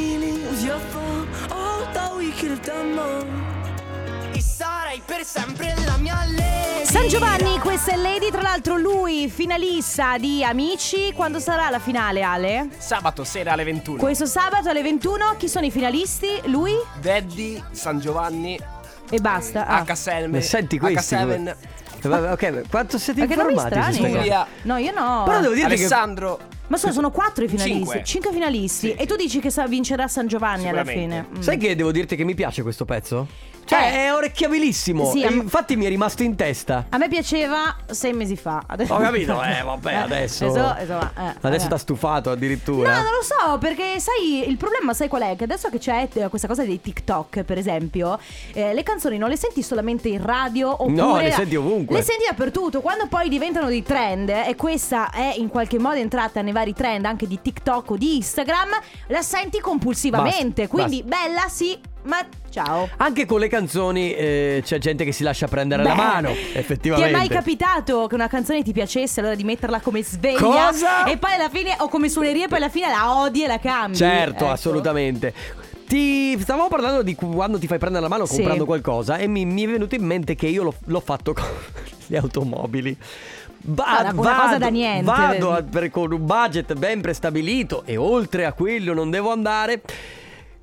[SPEAKER 3] E sarai per sempre la mia lei.
[SPEAKER 2] San Giovanni, questa è Lady Tra l'altro lui finalista di Amici Quando sarà la finale Ale?
[SPEAKER 9] Sabato sera alle 21.
[SPEAKER 2] Questo sabato alle 21 Chi sono i finalisti? Lui
[SPEAKER 9] Daddy, San Giovanni,
[SPEAKER 2] e basta Ah.
[SPEAKER 9] H7.
[SPEAKER 1] Ma senti questi.
[SPEAKER 9] H7.
[SPEAKER 1] Vabbè, ok, quanto siete
[SPEAKER 2] Perché non mi
[SPEAKER 1] informati? su
[SPEAKER 2] strani
[SPEAKER 1] sta cosa?
[SPEAKER 9] Giulia.
[SPEAKER 2] No io no
[SPEAKER 1] Però devo dire che
[SPEAKER 9] Alessandro.
[SPEAKER 2] Ma sono, sono quattro i finalisti
[SPEAKER 9] Cinque.
[SPEAKER 2] Cinque finalisti E tu dici che sa- vincerà San Giovanni alla
[SPEAKER 9] Sicuramente.
[SPEAKER 2] fine Mm.
[SPEAKER 1] Sai che devo dirti che mi piace questo pezzo? Cioè,
[SPEAKER 2] Eh.
[SPEAKER 1] è orecchiabilissimo.
[SPEAKER 2] Sì,
[SPEAKER 1] e
[SPEAKER 2] am-
[SPEAKER 1] infatti mi è rimasto in testa.
[SPEAKER 2] A me piaceva sei mesi fa. Adesso...
[SPEAKER 1] Ho capito, eh, vabbè, adesso.
[SPEAKER 2] Adesso, insomma, eh,
[SPEAKER 1] adesso
[SPEAKER 2] vabbè.
[SPEAKER 1] t'ha stufato
[SPEAKER 2] No,
[SPEAKER 1] addirittura.
[SPEAKER 2] non lo so, perché sai, il problema sai qual è? Che adesso che c'è eh, questa cosa dei TikTok, per esempio, eh, le canzoni non le senti solamente in radio oppure...
[SPEAKER 1] No, le senti ovunque.
[SPEAKER 2] Le senti dappertutto. Quando poi diventano dei trend, eh, e questa è in qualche modo entrata nei vari trend anche di TikTok o di Instagram, la senti compulsivamente.
[SPEAKER 1] Basta,
[SPEAKER 2] quindi bella sì, ma ciao.
[SPEAKER 1] Anche con le canzoni eh, c'è gente che si lascia prendere la
[SPEAKER 2] Beh,
[SPEAKER 1] mano, effettivamente.
[SPEAKER 2] Ti è mai capitato che una canzone ti piacesse allora di metterla come sveglia?
[SPEAKER 1] Cosa?
[SPEAKER 2] E poi alla fine, o come suoneria, e poi alla fine la odi e la cambi.
[SPEAKER 1] Certo,
[SPEAKER 2] Ecco.
[SPEAKER 1] assolutamente. Ti stavamo parlando di quando ti fai prendere la mano
[SPEAKER 2] Sì.
[SPEAKER 1] comprando qualcosa e mi, mi è venuto in mente che io l'ho, l'ho fatto con le automobili. Ba-
[SPEAKER 2] Guarda, una cosa da niente.
[SPEAKER 1] Vado a- per- con un budget ben prestabilito e oltre a quello non devo andare.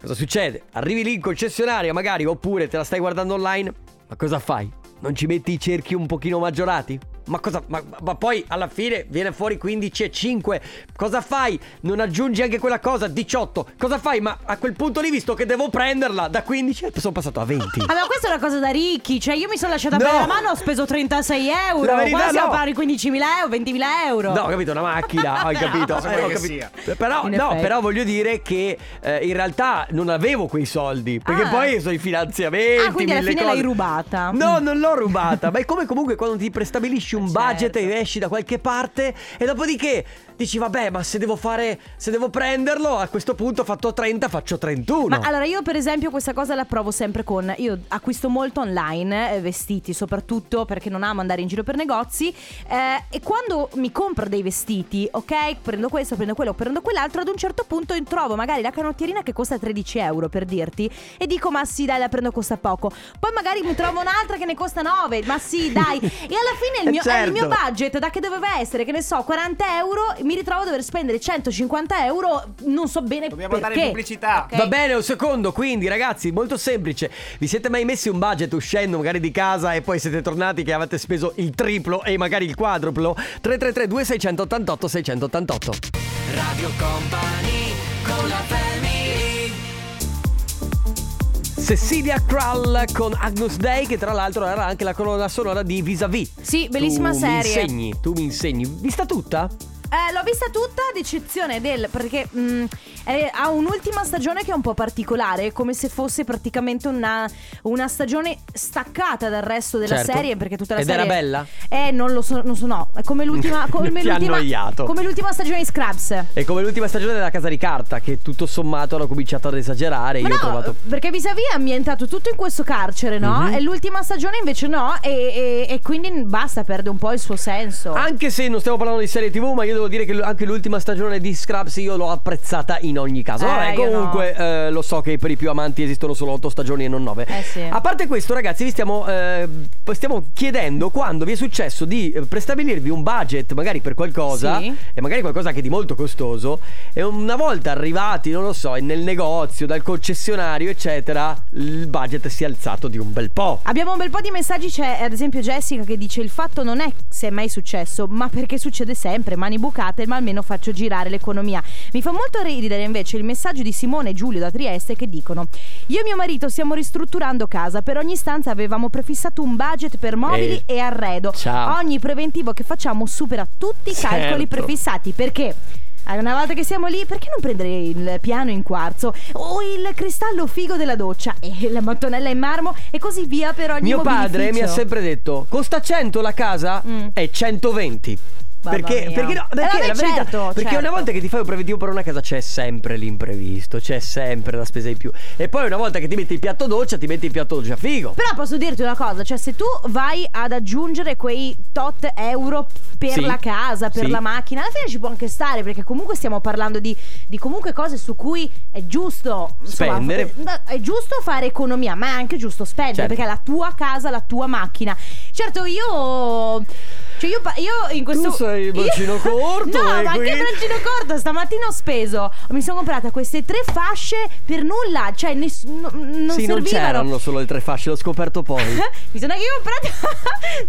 [SPEAKER 1] Cosa succede? Arrivi lì in concessionaria magari oppure te la stai guardando online, ma cosa fai? Non ci metti i cerchi un pochino maggiorati? Ma cosa? Ma, ma poi alla fine viene fuori 15 e 5. Cosa fai? Non aggiungi anche quella cosa? 18. Cosa fai? Ma a quel punto lì, visto che devo prenderla da 15, sono passato a 20.
[SPEAKER 2] Ah, ma questa è una cosa da ricchi, cioè io mi sono lasciata
[SPEAKER 1] No.
[SPEAKER 2] bene la mano, ho speso 36 euro,
[SPEAKER 1] La verità,
[SPEAKER 2] qua siamo
[SPEAKER 1] no.
[SPEAKER 2] pari 15.000 euro, 20.000 euro.
[SPEAKER 1] No, ho capito, una macchina, hai capito.
[SPEAKER 9] cosa
[SPEAKER 1] Eh,
[SPEAKER 9] vuoi
[SPEAKER 1] ho
[SPEAKER 9] che
[SPEAKER 1] capito. Però,
[SPEAKER 2] In
[SPEAKER 1] no,
[SPEAKER 2] effetti.
[SPEAKER 1] però voglio dire che eh, in realtà non avevo quei soldi. Perché
[SPEAKER 2] Ah.
[SPEAKER 1] poi sono i finanziamenti.
[SPEAKER 2] Ah, quindi alla
[SPEAKER 1] mille
[SPEAKER 2] fine
[SPEAKER 1] cose.
[SPEAKER 2] l'hai rubata. Eh,
[SPEAKER 1] No, non l'ho rubata. ma è come comunque quando ti prestabilisci stabilisci un
[SPEAKER 2] certo.
[SPEAKER 1] budget e esci da qualche parte e dopodiché dici vabbè ma se devo fare, se devo prenderlo a questo punto ho fatto 30 faccio 31.
[SPEAKER 2] Ma allora io per esempio questa cosa la provo sempre con io acquisto molto online eh, vestiti soprattutto perché non amo andare in giro per negozi eh, e quando mi compro dei vestiti ok prendo questo prendo quello prendo quell'altro ad un certo punto trovo magari la canottierina che costa 13 euro per dirti e dico ma sì dai la prendo costa poco poi magari mi trovo un'altra che ne costa 9 ma sì dai e alla fine il mio,
[SPEAKER 1] Certo.
[SPEAKER 2] il mio budget da che doveva essere che ne so 40 euro mi ritrovo a dover spendere 150 euro non so bene
[SPEAKER 9] Dobbiamo
[SPEAKER 2] perché
[SPEAKER 9] andare in pubblicità.
[SPEAKER 2] Ok.
[SPEAKER 1] Va bene, un secondo, quindi ragazzi, molto semplice. Vi siete mai messi un budget uscendo magari di casa e poi siete tornati che avete speso il triplo e magari il quadruplo? 333 2688 688.
[SPEAKER 3] Radio Company con la family
[SPEAKER 1] Cecilia Krull con Agnus Day che tra l'altro era anche la colonna sonora di Vis-a-Vis.
[SPEAKER 2] Sì, bellissima
[SPEAKER 1] tu
[SPEAKER 2] serie.
[SPEAKER 1] Mi insegni, tu mi insegni. Vista tutta?
[SPEAKER 2] Eh, l'ho vista tutta ad eccezione del perché mh, eh, ha un'ultima stagione che è un po' particolare, come se fosse praticamente una, una stagione staccata dal resto della
[SPEAKER 1] Certo.
[SPEAKER 2] serie perché tutta la
[SPEAKER 1] Ed
[SPEAKER 2] serie
[SPEAKER 1] era bella?
[SPEAKER 2] Eh, non lo so, non so no, è come l'ultima come
[SPEAKER 1] Ti ha
[SPEAKER 2] l'ultima-
[SPEAKER 1] annoiato.
[SPEAKER 2] Come l'ultima stagione di Scrubs.
[SPEAKER 1] È come l'ultima stagione della Casa di Carta che tutto sommato hanno cominciato ad esagerare.
[SPEAKER 2] Ma
[SPEAKER 1] io
[SPEAKER 2] no,
[SPEAKER 1] ho trovato... Mhm.
[SPEAKER 2] perché vis-à-vis è ambientato tutto in questo carcere, no? E l'ultima stagione invece no, e, e- e quindi basta, perde un po' il suo senso.
[SPEAKER 1] Anche se non stiamo parlando di serie TV, ma io devo dire che l- anche l'ultima stagione di Scraps io l'ho apprezzata in ogni caso.
[SPEAKER 2] Eh,
[SPEAKER 1] Vabbè,
[SPEAKER 2] io
[SPEAKER 1] comunque eh, lo so che per i più amanti esistono solo 8 stagioni e non 9.
[SPEAKER 2] Eh sì.
[SPEAKER 1] A parte questo, ragazzi, vi stiamo, eh, stiamo chiedendo quando vi è successo di eh, prestabilirvi un budget, magari per qualcosa,
[SPEAKER 2] Sì.
[SPEAKER 1] e magari qualcosa anche di molto costoso. E una volta arrivati, non lo so, nel negozio, dal concessionario, eccetera, il budget si è alzato di un bel po'.
[SPEAKER 2] Abbiamo un bel po' di messaggi, c'è ad esempio Jessica che dice il fatto non è se è mai successo, ma perché succede sempre, mani bucate, ma almeno faccio girare l'economia. Mi fa molto ridere invece il messaggio di Simone e Giulio da Trieste che dicono io e mio marito stiamo ristrutturando casa, per ogni stanza avevamo prefissato un budget per mobili
[SPEAKER 1] Eh,
[SPEAKER 2] e arredo.
[SPEAKER 1] ciao.
[SPEAKER 2] Ogni preventivo che facciamo supera tutti i calcoli
[SPEAKER 1] Certo.
[SPEAKER 2] prefissati, perché... allora, Una volta che siamo lì, perché non prendere il piano in quarzo o il cristallo figo della doccia e la mattonella in marmo e così via per ogni
[SPEAKER 1] Mio padre mi
[SPEAKER 2] mobilificio.
[SPEAKER 1] ha sempre detto: costa 100 la casa?
[SPEAKER 2] Mm.
[SPEAKER 1] È 120.
[SPEAKER 2] Mamma
[SPEAKER 1] Perché,
[SPEAKER 2] mia.
[SPEAKER 1] perché, no,
[SPEAKER 2] Eh,
[SPEAKER 1] perché
[SPEAKER 2] vabbè,
[SPEAKER 1] la verità-
[SPEAKER 2] certo,
[SPEAKER 1] perché
[SPEAKER 2] certo.
[SPEAKER 1] una volta che ti fai un preventivo per una casa c'è sempre l'imprevisto, c'è sempre la spesa in più. E poi una volta che ti metti il piatto doccia, ti metti il piatto doccia figo.
[SPEAKER 2] Però posso dirti una cosa, cioè se tu vai ad aggiungere quei tot euro per
[SPEAKER 1] Sì.
[SPEAKER 2] la casa, per
[SPEAKER 1] Sì.
[SPEAKER 2] la macchina, alla fine ci può anche stare perché comunque stiamo parlando di, di comunque cose su cui è giusto insomma,
[SPEAKER 1] Spendere.
[SPEAKER 2] fa- è giusto fare economia, ma è anche giusto spendere
[SPEAKER 1] Certo.
[SPEAKER 2] perché è la tua casa, la tua macchina. Certo io... Cioè io, pa- io in questo...
[SPEAKER 1] Tu sei il
[SPEAKER 2] io-
[SPEAKER 1] bacino corto,
[SPEAKER 2] No,
[SPEAKER 1] eh,
[SPEAKER 2] ma
[SPEAKER 1] quindi-
[SPEAKER 2] anche bacino corto, stamattina ho speso. Mi sono comprata queste tre fasce per nulla, cioè ness- n- non
[SPEAKER 1] sì, non
[SPEAKER 2] servivano.
[SPEAKER 1] c'erano solo le tre fasce, l'ho scoperto poi.
[SPEAKER 2] Mi sono anche comprata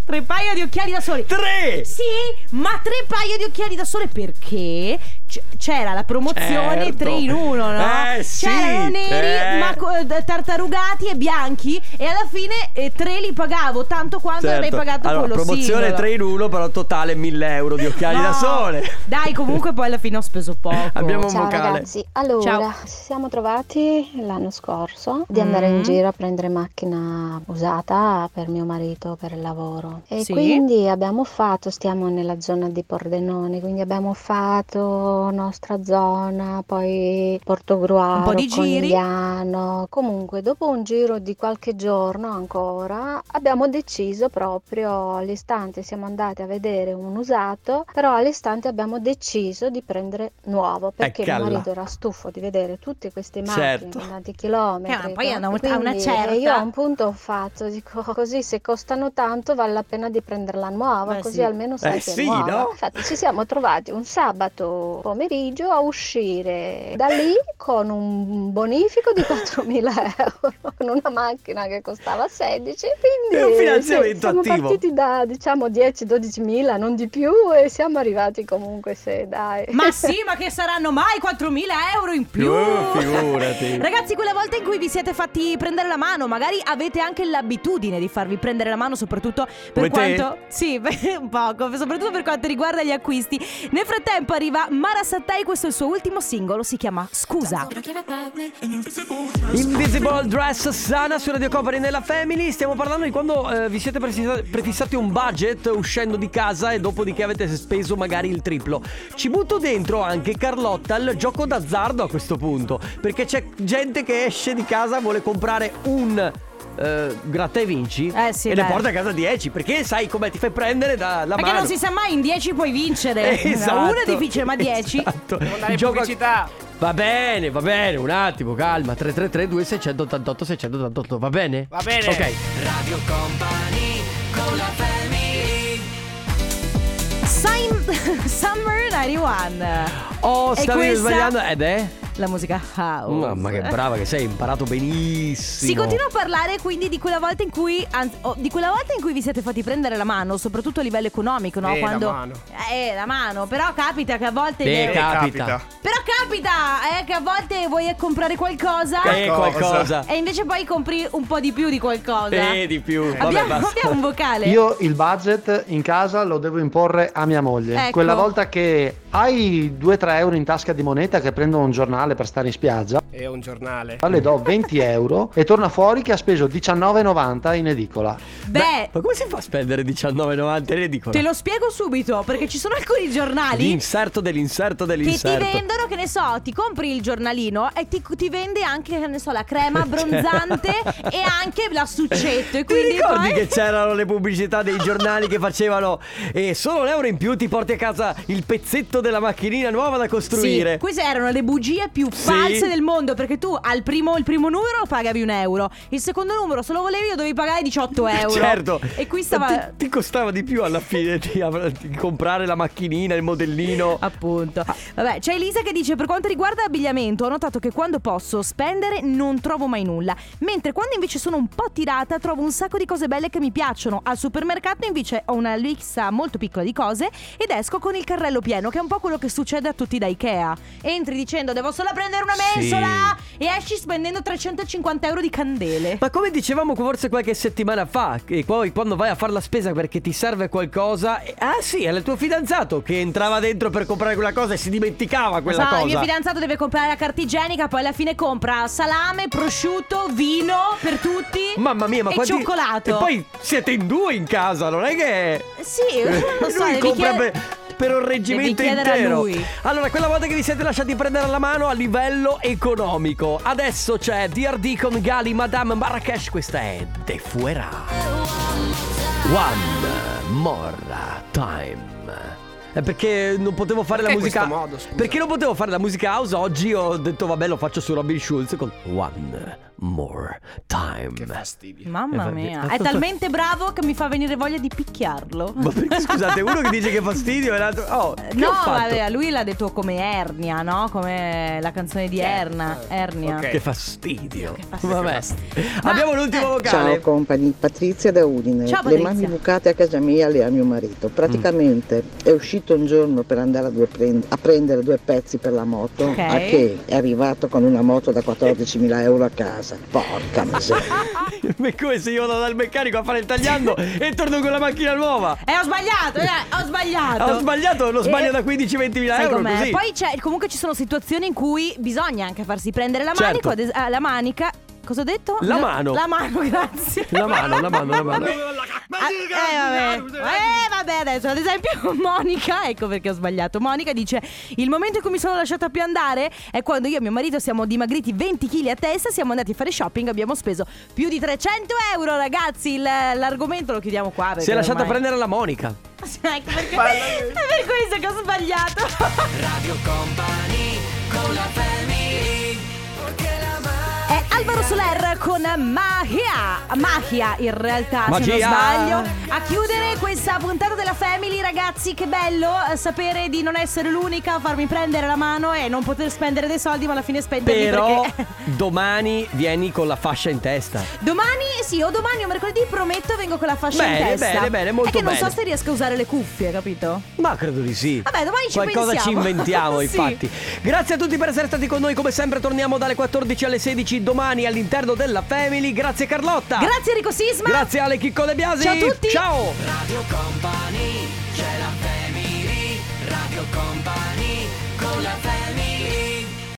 [SPEAKER 2] tre paio di occhiali da sole.
[SPEAKER 1] Tre!
[SPEAKER 2] Sì, ma tre paio di occhiali da sole perché c- c'era la promozione
[SPEAKER 1] Certo.
[SPEAKER 2] 3 in 1, no?
[SPEAKER 1] Eh, sì.
[SPEAKER 2] C'erano neri,
[SPEAKER 1] Eh.
[SPEAKER 2] ma co- d- tartarugati e bianchi e alla fine eh, tre li pagavo tanto quanto avrei
[SPEAKER 1] Certo.
[SPEAKER 2] pagato
[SPEAKER 1] allora,
[SPEAKER 2] quello
[SPEAKER 1] promozione
[SPEAKER 2] singolo.
[SPEAKER 1] 3 in 1, però totale 1000 euro di occhiali da
[SPEAKER 2] No.
[SPEAKER 1] sole.
[SPEAKER 2] Dai, comunque poi alla fine ho speso poco.
[SPEAKER 1] Abbiamo un
[SPEAKER 10] Ciao
[SPEAKER 1] vocale.
[SPEAKER 10] ragazzi, allora
[SPEAKER 2] Ciao.
[SPEAKER 10] ci siamo trovati l'anno scorso di andare
[SPEAKER 2] Mm.
[SPEAKER 10] in giro a prendere macchina usata per mio marito per il lavoro e
[SPEAKER 2] Sì.
[SPEAKER 10] quindi abbiamo fatto, stiamo nella zona di Pordenone, quindi abbiamo fatto nostra zona, poi Portogruaro,
[SPEAKER 2] Un po' di giri.
[SPEAKER 10] Conegliano. comunque dopo un giro di qualche giorno ancora abbiamo deciso proprio all'istante, siamo andati a vedere un usato, però all'istante abbiamo deciso di prendere nuovo perché mio
[SPEAKER 1] Eccalla.
[SPEAKER 10] marito era stufo di vedere tutte queste macchine
[SPEAKER 1] Certo.
[SPEAKER 10] con tanti chilometri.
[SPEAKER 2] Eh, ma poi
[SPEAKER 10] no?
[SPEAKER 2] hanno
[SPEAKER 10] E
[SPEAKER 2] un- ha una
[SPEAKER 10] quindi, eh,
[SPEAKER 2] certa.
[SPEAKER 10] Io a un punto ho fatto, dico così se costano tanto vale la pena di prenderla nuova,
[SPEAKER 2] Beh,
[SPEAKER 10] così
[SPEAKER 2] sì.
[SPEAKER 10] almeno sai
[SPEAKER 1] Eh,
[SPEAKER 10] che è
[SPEAKER 1] sì,
[SPEAKER 10] nuova.
[SPEAKER 1] no?
[SPEAKER 10] Infatti ci siamo trovati un sabato pomeriggio a uscire da lì con un bonifico di 4.000 euro, con una macchina che costava 16. Quindi
[SPEAKER 1] È un
[SPEAKER 10] sì,
[SPEAKER 1] finanziamento
[SPEAKER 10] siamo
[SPEAKER 1] attivo.
[SPEAKER 10] partiti da diciamo 10-12 mila, non di più, e siamo arrivati comunque se dai.
[SPEAKER 2] Ma sì, ma che saranno mai 4.000 euro in più?
[SPEAKER 1] Eh, figurati.
[SPEAKER 2] Ragazzi, quella volta in cui vi siete fatti prendere la mano, magari avete anche l'abitudine di farvi prendere la mano, soprattutto
[SPEAKER 1] Come
[SPEAKER 2] per
[SPEAKER 1] te?
[SPEAKER 2] quanto. Sì, un poco, soprattutto per quanto riguarda gli acquisti. Nel frattempo arriva Mara Vanessa Tei, questo è il suo ultimo singolo, si chiama Scusa.
[SPEAKER 1] Invisible Dress Sana su Radio Company nella Family. Stiamo parlando di quando eh, vi siete prefissa- prefissati un budget uscendo di casa e dopodiché avete speso magari il triplo. Ci butto dentro anche Carlotta il gioco d'azzardo a questo punto. Perché c'è gente che esce di casa, vuole comprare un. eh, gratta e vinci
[SPEAKER 2] Eh sì,
[SPEAKER 1] e ne
[SPEAKER 2] beh.
[SPEAKER 1] porta a casa 10 perché sai come ti fai prendere dalla
[SPEAKER 2] Perché
[SPEAKER 1] mano
[SPEAKER 2] non si sa mai, in 10 puoi vincere.
[SPEAKER 1] Esatto.
[SPEAKER 2] Eh, Uno è difficile, ma 10.
[SPEAKER 1] Esatto.
[SPEAKER 9] Andare in
[SPEAKER 1] Gioco-
[SPEAKER 9] pubblicità.
[SPEAKER 1] Va bene, va bene, un attimo, calma. 333 2688 688, va bene?
[SPEAKER 9] Va bene.
[SPEAKER 1] Ok.
[SPEAKER 3] Radio Company con la family
[SPEAKER 2] Sim- Summer 91.
[SPEAKER 1] Oh,
[SPEAKER 2] E
[SPEAKER 1] stavi
[SPEAKER 2] questa-
[SPEAKER 1] sbagliando ed è
[SPEAKER 2] La musica house.
[SPEAKER 1] Mamma che brava che sei, hai imparato benissimo.
[SPEAKER 2] Si continua a parlare quindi di quella volta in cui anzi, oh, di quella volta in cui vi siete fatti prendere la mano, soprattutto a livello economico, no?
[SPEAKER 9] Eh, la
[SPEAKER 2] Quando
[SPEAKER 9] mano.
[SPEAKER 2] Eh, la mano, però capita che a volte
[SPEAKER 1] Te
[SPEAKER 2] Eh,
[SPEAKER 1] capita.
[SPEAKER 2] Però capita, eh, che a volte vuoi comprare qualcosa
[SPEAKER 1] Eh, qualcosa.
[SPEAKER 2] e invece poi compri un po' di più di qualcosa.
[SPEAKER 1] Eh, di più. Vabbè,
[SPEAKER 2] abbiamo,
[SPEAKER 1] basta.
[SPEAKER 2] abbiamo un vocale.
[SPEAKER 11] Io il budget in casa lo devo imporre a mia moglie.
[SPEAKER 2] Ecco.
[SPEAKER 11] Quella volta che hai 2-3 euro in tasca di moneta che prendo un giornale per stare in spiaggia,
[SPEAKER 9] È un giornale.
[SPEAKER 11] le do 20 euro e torna fuori che ha speso 19,90 in edicola.
[SPEAKER 2] Beh,
[SPEAKER 1] Ma come si fa a spendere 19,90 in edicola?
[SPEAKER 2] te lo spiego subito perché ci sono alcuni giornali
[SPEAKER 1] L'inserto dell'inserto
[SPEAKER 2] Che ti
[SPEAKER 1] dell'inserto.
[SPEAKER 2] vendono, che ne so, ti compri il giornalino e ti, ti vende anche, che ne so, la crema abbronzante e anche la succetto.
[SPEAKER 1] Cioè. Ti
[SPEAKER 2] E quindi
[SPEAKER 1] ricordi
[SPEAKER 2] poi...
[SPEAKER 1] che c'erano le pubblicità dei giornali che facevano e solo un euro in più ti porti a casa il pezzetto della macchinina nuova da costruire?
[SPEAKER 2] Sì, queste erano le bugie più false del mondo perché tu al primo, il primo numero pagavi un euro, il secondo numero se lo volevi lo dovevi pagare 18 euro.
[SPEAKER 1] Certo.
[SPEAKER 2] E qui
[SPEAKER 1] Ma
[SPEAKER 2] stava...
[SPEAKER 1] Ti, ti costava di più alla fine di, av- di comprare la macchinina, il modellino.
[SPEAKER 2] Ah. Appunto. Vabbè, c'è Elisa che dice: Per quanto riguarda abbigliamento, ho notato che quando posso spendere non trovo mai nulla. Mentre quando invece sono un po' tirata, trovo un sacco di cose belle che mi piacciono. Al supermercato invece ho una lista molto piccola di cose ed esco con il carrello pieno, che è un po' quello che succede a tutti da Ikea. Entri dicendo devo solo prendere una
[SPEAKER 1] Sì.
[SPEAKER 2] mensola e esci spendendo 350 euro di candele.
[SPEAKER 1] Ma come dicevamo forse qualche settimana fa, che poi quando vai a fare la spesa perché ti serve qualcosa, eh, ah sì, era il tuo fidanzato che entrava dentro per comprare quella cosa e si dimenticava quella
[SPEAKER 2] Ma Esatto, il
[SPEAKER 1] cosa.
[SPEAKER 2] mio fidanzato deve comprare la carta igienica, poi alla fine compra salame, prosciutto, vino per tutti.
[SPEAKER 1] Mamma mia, ma
[SPEAKER 2] e
[SPEAKER 1] quanti...
[SPEAKER 2] cioccolato.
[SPEAKER 1] E poi siete in due in casa, non è che...
[SPEAKER 2] Sì, Eh, non lo
[SPEAKER 1] Eh,
[SPEAKER 2] so,
[SPEAKER 1] lui
[SPEAKER 2] devi
[SPEAKER 1] compra
[SPEAKER 2] chiedere-
[SPEAKER 1] per, per un reggimento
[SPEAKER 2] devi chiedere a
[SPEAKER 1] intero.
[SPEAKER 2] lui.
[SPEAKER 1] Allora, quella volta che vi siete lasciati prendere alla mano a livello economico. Adesso c'è DRD con Gali, Madame Marrakesh, questa è De Fuera. One more time. Eh, Perché non potevo fare
[SPEAKER 9] Perché
[SPEAKER 1] la musica.
[SPEAKER 9] questo modo, scusa?
[SPEAKER 1] perché non potevo fare la musica house oggi? Ho detto, vabbè, lo faccio su Robin Schulz con One More Time.
[SPEAKER 9] Che fastidio.
[SPEAKER 2] Mamma
[SPEAKER 1] Eh, vabbè.
[SPEAKER 2] mia, è talmente bravo che mi fa venire voglia di picchiarlo.
[SPEAKER 1] Ma perché scusate, uno che dice che fastidio e l'altro. Oh, che
[SPEAKER 2] Eh, No,
[SPEAKER 1] ho fatto?
[SPEAKER 2] vabbè, a lui l'ha detto come Ernia, no? Come la canzone
[SPEAKER 1] Eh,
[SPEAKER 2] di Erna. Ernia.
[SPEAKER 9] Ok.
[SPEAKER 1] Che fastidio.
[SPEAKER 2] eh. fastidio.
[SPEAKER 1] Vabbè.
[SPEAKER 2] Ma- eh,
[SPEAKER 1] Abbiamo l'ultimo vocale.
[SPEAKER 12] Ciao compagni, Patrizia da Udine.
[SPEAKER 2] Ciao,
[SPEAKER 12] le
[SPEAKER 2] Patrizia.
[SPEAKER 12] mani bucate a casa mia le ha mio marito. Praticamente è uscito un giorno per andare a, due prend- a prendere due pezzi per la moto,
[SPEAKER 2] Ok.
[SPEAKER 12] a che è arrivato con una moto da 14.000 euro a casa. Porca miseria.
[SPEAKER 1] Ma è come se io vado dal meccanico a fare il tagliando e torno con la macchina nuova.
[SPEAKER 2] Eh, ho sbagliato, eh, ho sbagliato.
[SPEAKER 1] Ho sbagliato, lo sbaglio
[SPEAKER 2] Eh,
[SPEAKER 1] da 15-20 mila
[SPEAKER 2] Sai
[SPEAKER 1] euro.
[SPEAKER 2] com'è?
[SPEAKER 1] Così.
[SPEAKER 2] Poi c'è, comunque ci sono situazioni in cui bisogna anche farsi prendere la
[SPEAKER 1] Certo.
[SPEAKER 2] manica. ad es- eh, la manica. Cosa ho detto?
[SPEAKER 1] La
[SPEAKER 2] No,
[SPEAKER 1] mano.
[SPEAKER 2] La mano, grazie.
[SPEAKER 1] La mano, la mano, la mano.
[SPEAKER 2] Ah, eh, vabbè. Eh, vabbè, adesso ad esempio Monica, ecco perché ho sbagliato. Monica dice: Il momento in cui mi sono lasciata più andare è quando io e mio marito siamo dimagriti 20 kg a testa, siamo andati a fare shopping, abbiamo speso più di 300 euro, ragazzi. Il- l'argomento lo chiudiamo qua.
[SPEAKER 1] Si
[SPEAKER 2] perché
[SPEAKER 1] è lasciata
[SPEAKER 2] ormai-
[SPEAKER 1] prendere la Monica.
[SPEAKER 2] Ecco perché. È per questo che ho sbagliato.
[SPEAKER 3] Radio Company con la family Perché la ma-
[SPEAKER 2] È Alvaro Soler con Magia. Magia, in realtà, se non
[SPEAKER 1] Magia.
[SPEAKER 2] sbaglio. A chiudere questa puntata della Family, ragazzi, che bello eh, sapere di non essere l'unica a farmi prendere la mano e non poter spendere dei soldi, ma alla fine spenderli
[SPEAKER 1] Però
[SPEAKER 2] perché.
[SPEAKER 1] domani vieni con la fascia in testa.
[SPEAKER 2] Domani, sì, o domani o mercoledì prometto vengo con la fascia in
[SPEAKER 1] Bene,
[SPEAKER 2] testa.
[SPEAKER 1] bene, bene, molto
[SPEAKER 2] È che non
[SPEAKER 1] bene.
[SPEAKER 2] so se riesco a usare le cuffie, capito?
[SPEAKER 1] Ma credo di sì.
[SPEAKER 2] Vabbè, domani ci
[SPEAKER 1] Qualcosa ci
[SPEAKER 2] pensiamo.
[SPEAKER 1] inventiamo,
[SPEAKER 2] Sì.
[SPEAKER 1] infatti. Grazie a tutti per essere stati con noi. Come sempre, torniamo dalle 14 alle 16 domani all'interno della Family. Grazie, Carlotta.
[SPEAKER 2] Grazie, Enrico Sisma.
[SPEAKER 1] Grazie Ale Chicco De Biasi.
[SPEAKER 2] Ciao a tutti.
[SPEAKER 1] Ciao.
[SPEAKER 3] Radio Company, c'è la family Radio Company